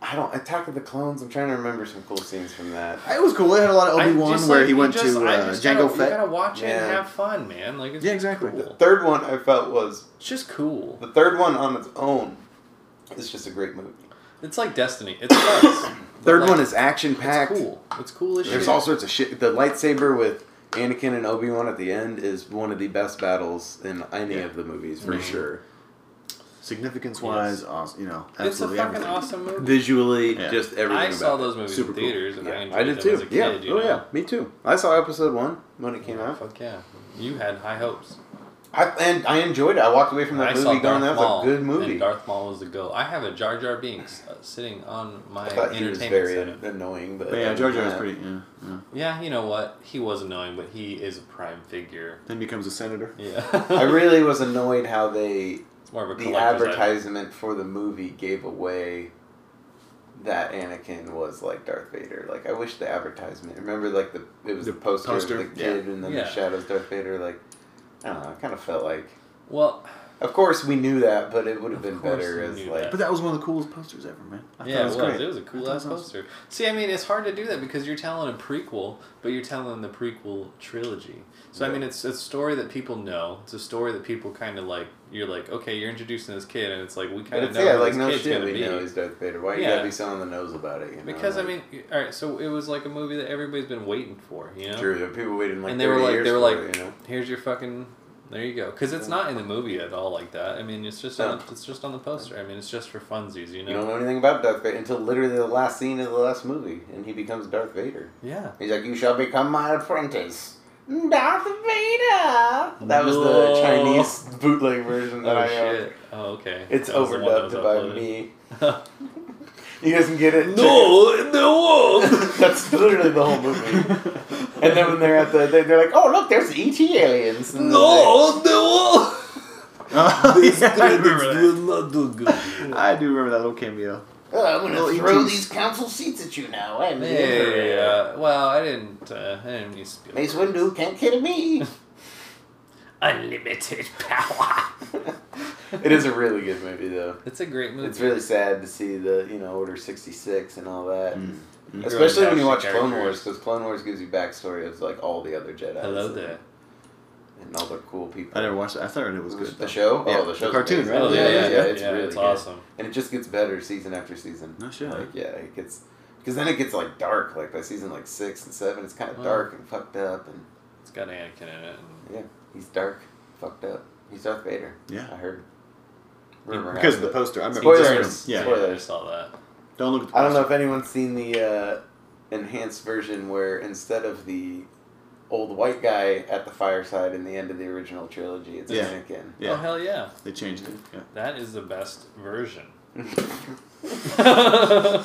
I don't Attack of the Clones. I'm trying to remember some cool scenes from that. It was cool. It had a lot of I Obi Wan just, where like, he you went just- to I uh, just Django gotta, You Fett. gotta watch it and Yeah. have fun, man. Like it's Yeah, just exactly. Cool. Third one I felt was It's just cool. The third one on its own is just a great movie. It's like Destiny. (coughs) It sucks. but, Third like, one is action it's packed. cool. It's cool as shit. There's all sorts of shit. The lightsaber with Anakin and Obi Wan at the end is one of the best battles in any Yeah. of the movies for Mhm. sure. Significance wise, Yes. awesome. You know, It's a absolutely fucking everything. awesome movie. Visually, Yeah. just everything. I about saw it. those movies Super in cool. theaters, and I Yeah, enjoyed I did them too. as a yeah. kid. you oh know? yeah. Me too. I saw episode one when it came Yeah, out. Fuck yeah. You had high hopes. I, and I enjoyed it. I walked away from that I saw movie Darth going, "That Maul, was a good movie." And Darth Maul was the go. I have a Jar Jar Binks uh, sitting on my I thought he entertainment was very setup. annoying, but But yeah, Jar Jar was Yeah. pretty. Yeah, yeah. Yeah, you know what? He was annoying, but he is a prime figure. Then becomes a senator. Yeah, (laughs) I really was annoyed how they it's more of a the collector's item. advertisement for the movie gave away that Anakin was like Darth Vader. Like I wish the advertisement. Remember, like the it was The the, poster, poster, of the kid and then Yeah. the shadows Darth Vader. Like I don't know. I kind of felt like Well, Of course, we knew that, but it would have been Of course better we as knew like that. But that was one of the coolest posters ever, man. I thought yeah, it was. great. It was a I thought cool it ass was awesome. poster. See, I mean, it's hard to do that because you're telling a prequel, but you're telling the prequel trilogy. So I Yeah. mean, it's it's a story that people know. It's a story that people kind of like. You're like, okay, you're introducing this kid, and it's like we But kind of it's, know yeah, who like this no kid's shit. gonna We be. know he's Darth Vader. Why you Yeah. gotta be selling the nose about it? You know? Because I Like, mean, all right, so it was like a movie that everybody's been waiting for, you know. true. There were people waiting like and they were 30 like, years they were for like, it, you know? here's your fucking, there you go. Because it's not in the movie at all like that. I mean, it's just on, No. it's just on the poster. I mean, it's just for funsies, you know. You don't know anything about Darth Vader until literally the last scene of the last movie, and he becomes Darth Vader. Yeah. He's like, "You shall become my apprentice." Darth Vader. That was the No. Chinese bootleg version that Oh I own. shit. Oh okay. It's That was the one that overdubbed by was uploaded. me. (laughs) no, He doesn't get it. in the world. (laughs) That's literally the whole (laughs) (laughs) movie. And then when they're at the, they- they're like, "Oh look, there's ET aliens." And the world. Oh, (laughs) yeah, I remember that. not do good. I do remember that little cameo. they're like, "Oh, I'm E Little gonna throw ETs. these council seats at you now. I'm the Emperor." Hey, uh, well, I didn't. Uh, I didn't use Spielberg. Mace Windu can't (laughs) kid me. unlimited power. (laughs) it is a really good movie though. (laughs) It's a great movie. It's really sad to see the you know Order sixty six and all that, Mm. Mm. especially when you Really watch attached to Clone Wars characters. because Clone Wars gives you backstory of like all the other Jedi. Hello there. And all the cool people. I never watched it. I thought it was good. The though. show? Yeah, Oh, the the show. cartoon, right? Oh yeah, Yeah, yeah, yeah. It's really it's good. awesome. and it just gets better season after season. No shit. Like, yeah, it gets because then it gets like dark, like by season like six and seven, it's kind of Wow. dark and fucked up, and It's got Anakin in it. And yeah, he's dark, fucked up. He's Darth Vader. Yeah. I heard. Because of the happened. poster. I remember. Spoilers. Yeah. Spoilers. I saw that. Don't look at the I poster. don't know if anyone's seen the uh, enhanced version where instead of the old white guy at the fireside in the end of the original trilogy, it's Yeah. Anakin. Oh Yeah, hell yeah! they changed it. Yeah. That is the best version. so (laughs) (laughs) and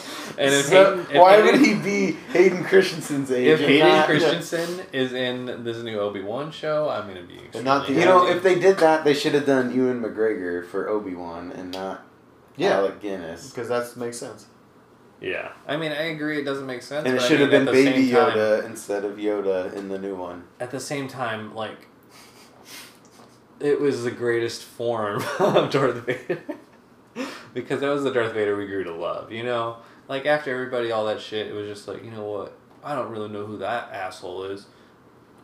if Hayden, if why Hayden- would he be Hayden Christensen's If agent? Hayden not- Christensen is in this new Obi wan show, I'm gonna be. But not extremely You know, happy. if they did that, they should have done Ewan McGregor for Obi Wan and not Yeah. Alec Guinness. Because that makes sense. yeah, I mean, I agree. It doesn't make sense. and it but I should have mean, been at the Baby same time- Yoda instead of Yoda in the new one. at the same time, like, it was the greatest form (laughs) of Darth Vader. (laughs) because that was the Darth Vader we grew to love, you know? Like, after everybody, all that shit, it was just like, you know what? I don't really know who that asshole is.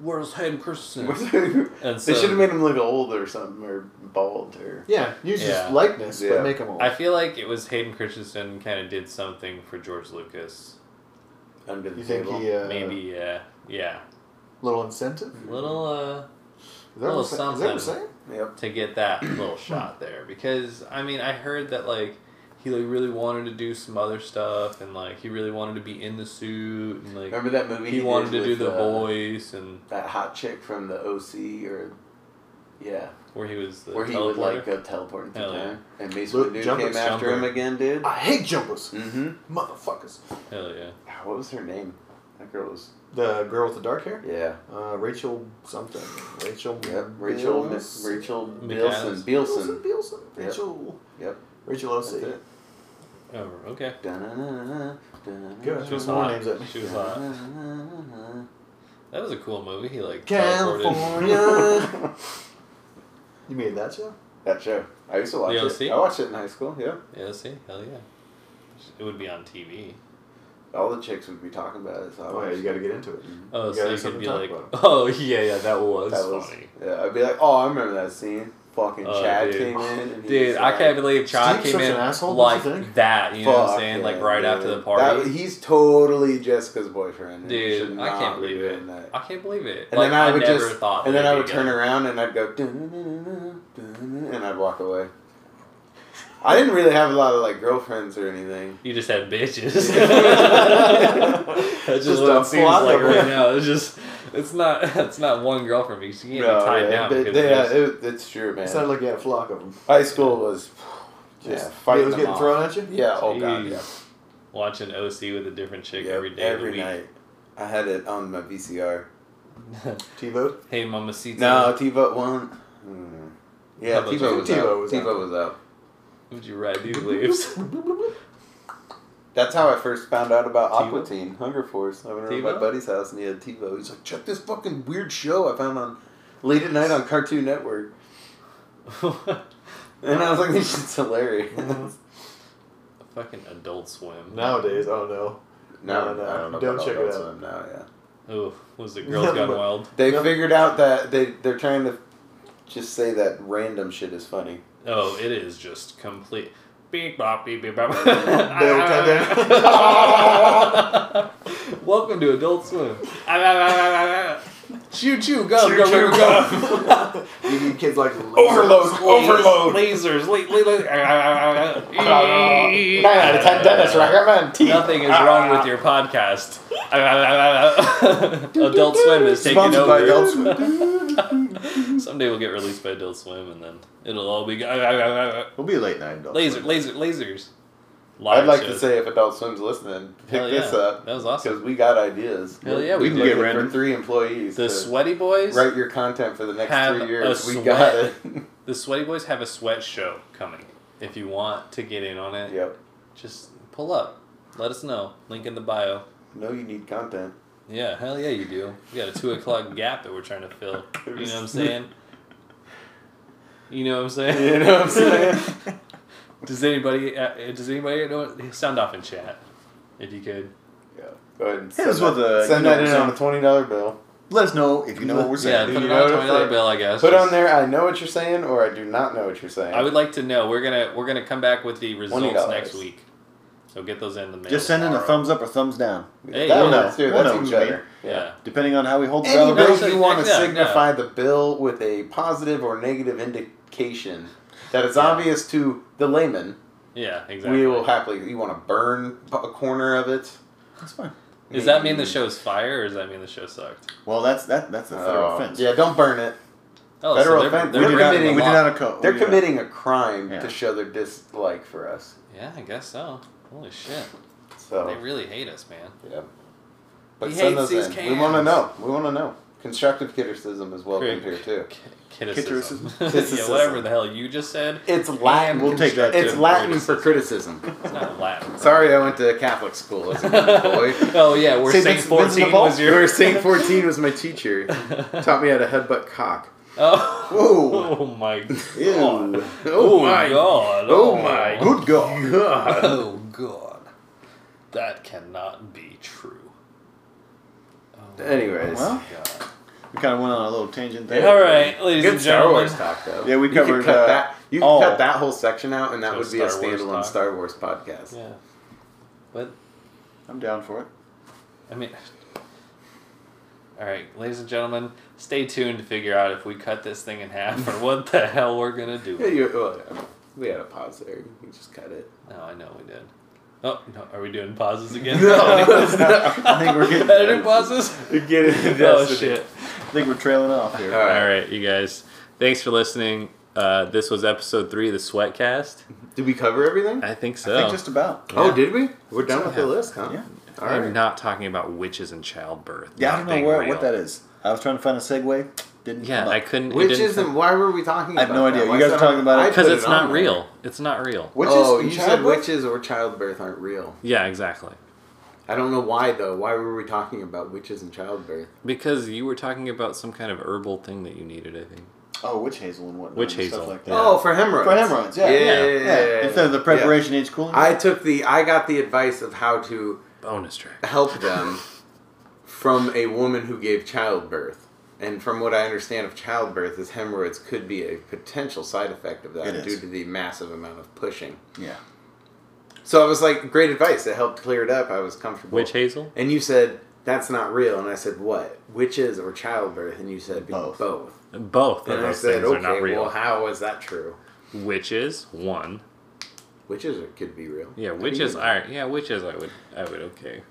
Where's Hayden (laughs) Christensen? And so, they should have made him look old or something, or bald, or Yeah, use his Yeah. likeness, but Yeah. make them all. I feel like it was Hayden Christensen kind of did something for George Lucas. under the table. uh, Maybe, uh, yeah. little incentive? Little, uh, Is Little something. Yep. to get (clears throat) that little shot there because I mean I heard that like he like really wanted to do some other stuff and like he really wanted to be in the suit and like Remember that movie? he, wanted did to do with, the uh, voice and That hot chick from the OC, or yeah, where he was the where he teleporter. would like uh, go teleporting through Hell yeah. time, and Mace Luke Windu Jumper came after Jumper. him again, dude. I hate jumpers. Mm-hmm. Motherfuckers. Hell yeah. What was her name? That girl was The girl with the dark hair? yeah. Uh, Rachel something. Rachel. Yep, Rachel Mi- Bilson. Rachel McAdams. Bielson. Bielson. Bielson. Yep. Rachel. Yep. Rachel O.C. That's it. Oh, okay. Dun-dun-dun-dun, dun-dun-dun. Good. She was More hot. names up. She was hot. Dun-dun-dun-dun-dun. That was a cool movie. He like teleported. California. you made that show? That show. I used to watch The it. OC? I watched it in high school, yeah. (laughs) Yeah, see, hell yeah. It would be on TV. All the chicks would be talking about it, so I Oh, yeah, watched you got to get into it. Oh, You so gotta you do could something be to like, talk oh (laughs) yeah, yeah, that was, it. That was, funny. yeah, I'd be like, oh, I remember that scene. Fucking Oh, Chad dude. came in. And he was Dude, I like, can't believe Chad Steve's came such in an asshole, like don't you think? that. You know what I'm fuck saying? yeah, Like right after dude. the party. That- he's totally Jessica's boyfriend. and he should Dude, I not can't be believe doing it. that. I can't believe it. And like, then I, would never just, thought. and then they'd I be would turn together. around and I'd go, "Dun-dun-dun-dun, dun-dun-dun," and I'd walk away. I didn't really have a lot of like girlfriends or anything. You just had bitches. (laughs) Just That's just, a what it seems flock like of right them. now. It's just, it's not, (laughs) it's not one girlfriend because you can't be tied yeah, down. they- because they- of yeah, this. it, it's true, man. It sounded like you had a flock of them. High school was just Just fighting. was them getting off. thrown at you? Yeah. Oh god. Jeez. Yeah. Watching OC with a different chick Yep, every day, of the every week. night. I had it on my VCR. T-Vote? (laughs) hey, Mama Cita. No, Tivo one. Hmm. Yeah, How about Tivo you? was, TiVo out. was Tivo out. was out. would you ride these (laughs) (laughs) waves? That's how I first found out about TiVo? Aqua Teen, Hunger Force. I went over to my TiVo? buddy's house and he had TiVo. He's like, check this fucking weird show I found on late at night on Cartoon Network. And I was like, this shit's hilarious. Mhm. Fucking Adult Swim. (laughs) Nowadays, oh no. No, No, no, I don't know don't about check Adult it out. Swim now, yeah. Ooh, Oh, was it Girls (laughs) Gone Wild? They Yep. figured out that they they're trying to just say that random shit is funny. Oh, it is just complete. Beep bop beep beep (laughs) (laughs) bop. Welcome to Adult Swim. choo choo, go Choo, go choo, Oh, go (laughs) go. You kids like Overload, overload. Lasers, le- le- Nine out of ten dentists recommend teeth. Nothing is wrong with your podcast. Adult Swim is taking Sponsored over. by Adult (laughs) Swim. Someday we'll get released by Adult Swim, and then it'll all be We'll be a late night adult. laser, laser, lasers. I'd Live like to shows. say if Adult Swim's listening, pick Hell yeah. this up That was awesome. because we got ideas. Hell yeah, we We're did. looking Get random. for three employees. The to Sweaty Boys. write your content for the next have three a years. We got it. (laughs) sweat. The Sweaty Boys have a sweat show coming. If you want to get in on it, yep. just pull up. Let us know. Link in the bio. No, you need content. Yeah, hell yeah, you do. We got a two o'clock gap that we're trying to fill. You know what I'm saying? You know what I'm saying? You know what I'm saying? (laughs) Does anybody? Uh, does anybody know? Sound off in chat, if you could. yeah. Go ahead and Hit send, us with that, a- send you know that in what I'm on a twenty dollar bill. Let us know if you know what we're Yeah, saying. put it on You a know what twenty I'm dollar saying? bill, I guess. Put Just- on there. I know what you're saying, or I do not know what you're saying. I would like to know. We're gonna we're gonna come back with the results $20. next week. So get those in the mail. Just send in a tomorrow. thumbs up or thumbs down, Hey, that yeah. works too. We'll That's know even what you better. Yeah. depending on how we hold the Any no, way so you want to yeah, yeah. signify the bill with a positive or negative indication that is obvious to the layman, Yeah, exactly. we will happily. You want to burn p- a corner of it? That's fine. Does that mean the Mm. show's fire or does that mean the show sucked? Well, that's that. That's a federal Oh, offense. Yeah, don't burn it. Oh, Federal so they're, offense. they're we do not. We committing do a lot. not a co- They're we uh, do not- committing a crime Yeah. to show their dislike for us. Yeah, I guess so. Holy shit. They So really hate us, man. yeah, but He send hates those these in. We want to cans. know. We want to know. Constructive criticism is welcome here Correct. too. K- Kitticism. (laughs) yeah, Kitticism. whatever the hell you just said. It's Latin. We'll take that, It's too. Latin for criticism. It's not (laughs) Latin. Sorry, I went to Catholic school as a good boy. (laughs) oh yeah, we're Saint Saint Vincent- Vincent fourteen de Paul? was your Where Saint Fourteen was (laughs) my teacher. Taught me how to headbutt cock. Oh. (laughs) Whoa. Oh my Ew. god. Oh my god. Oh my Good (laughs) God. Oh god. That cannot be true. Oh, Anyways. my God. (laughs) We kind of went on a little tangent there. All right, ladies Good and Star gentlemen. Wars talk though. Yeah, we You could covered, cut uh, that. You could all. cut that whole section out, and that So would be a Star Wars standalone talk. Star Wars podcast. Yeah. But I'm down for it. I mean All right, ladies and gentlemen, stay tuned to figure out if we cut this thing in half or what (laughs) the hell we're going to do. Yeah, you, well, I mean, we had a pause there. You can just cut it. No, I know we did. Oh, no, are we doing pauses (laughs) again? I think we're getting. Editing (laughs) pauses? (laughs) Get it. Oh shit. I think we're trailing off here. All right. All right, you guys. Thanks for listening. Uh, this was episode three of the Sweatcast. Did we cover everything? I think I so. think just about. Oh, did we? We're done Uh, So with the have- list, huh? Yeah. All I'm right. not talking about witches and childbirth. Yeah, not I don't know being where, real. what that is. I was trying to find a segue. Didn't. Yeah, come I up. couldn't. Which it isn't? Why were we talking? I have no about idea. that? You Why guys said are talking about I it- because put it's it not on real. there. It's not real. Witches oh, and you said childbirth? witches or childbirth aren't real. Yeah, exactly. I don't know why though. Why were we talking about witches and childbirth? Because you were talking about some kind of herbal thing that you needed. I think. Oh, witch hazel and whatnot. Witch and hazel. Stuff like that. Yeah. Oh, for hemorrhoids. For hemorrhoids, yeah. Yeah, Yeah. yeah, yeah, yeah, Instead of the yeah. preparation age cooling. I Uh-huh. took the. I got the advice of how to Bonus track. help (laughs) them from a woman who gave childbirth. And from what I understand of childbirth, is hemorrhoids could be a potential side effect of It that is. due to the massive amount of pushing. yeah. So I was like, great advice. It helped clear it up. I was comfortable. Witch hazel. And you said, that's not real. And I said, what? Witches or childbirth? And you said, Both. both. Both of And I those said, things are not okay, real. well, how is that true? Witches one. Witches are, could be real. Yeah, How do witches. you All know? right. Yeah, witches. I would. I would. Okay.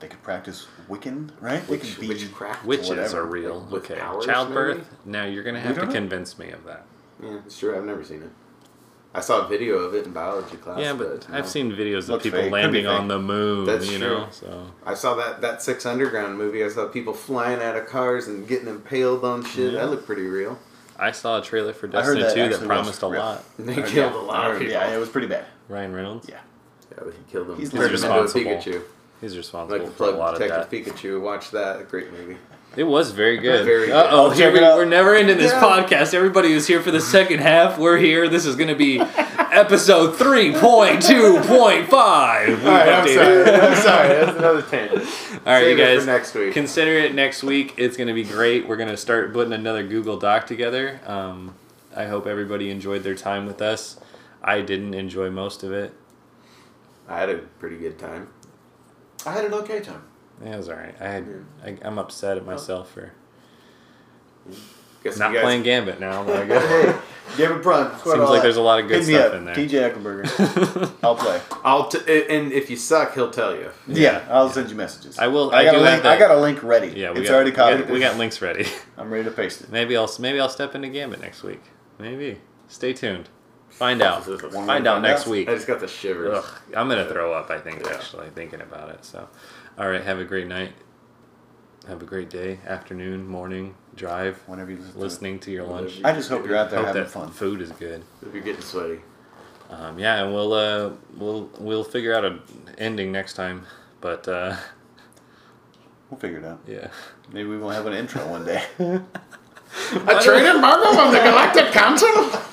They could practice Wiccan, right? They Witch, could be. witchcraft. Witches whatever. are real. Like, with okay. powers, Childbirth. maybe? Now you're gonna We have to don't know. convince me of that. Yeah, it's true. I've never seen it. I saw a video of it in biology class. yeah, but no. I've seen videos of Looks people fake. Could be landing on fake. the moon. That's you true. know. So. I saw that that Six Underground movie. I saw people flying out of cars and getting impaled on shit. Yeah. That looked pretty real. I saw a trailer for I heard Destiny that 2 that actually promised a was real. lot. They Yeah. killed a lot of people. Yeah, it was pretty bad. Ryan Reynolds? Yeah. Yeah, but he killed them. He's Turned him into a responsible. Pikachu. He's responsible Like the for a lot plug of that. Detective Pikachu. Watch that. A great movie. It was very good. Very good. Uh oh, Check here we, it out. we're never ending this Yeah. podcast. Everybody who's here for the second half, we're here. This is going to be episode 3.2.5. (laughs) All right, I'm sorry. I'm sorry. (laughs) That's another tangent. All right, you Save it guys. for next week. Consider it next week. It's going to be great. We're going to start putting another Google Doc together. Um, I hope everybody enjoyed their time with us. I didn't enjoy most of it. I had a pretty good time. I had an okay time. It was all right. I had, I, I'm upset at myself for Guess not Oh. you guys- playing Gambit now. but I (laughs) hey, guess- Gavin Prun. Seems Seems like there's a lot of good Hit me stuff up, in there. TJ Eckelberger. (laughs) I'll play. I'll t- and if you suck, he'll tell you. Yeah, I'll send you messages. I will- I I, got, do a have link, that. I got a link ready. yeah, we it's got, already we got- copied. we got links ready. I'm ready to paste it. Maybe I'll maybe I'll step into Gambit next week. Maybe. Stay tuned. Find out. Find out next out? week. I just got the shivers. Ugh, I'm gonna throw up. I think Yeah. actually thinking about it. So, all right. Have a great night. Have a great day, afternoon, morning, drive. Whenever you listen to it. listening to your lunch. I just hope you're out there Hope having that fun. food is good. If you're getting sweaty. Um, yeah, and we'll uh, we'll we'll figure out an ending next time. But uh, (laughs) We'll figure it out. yeah. Maybe we won't have an intro one day. A traded embargo on the Galactic Council?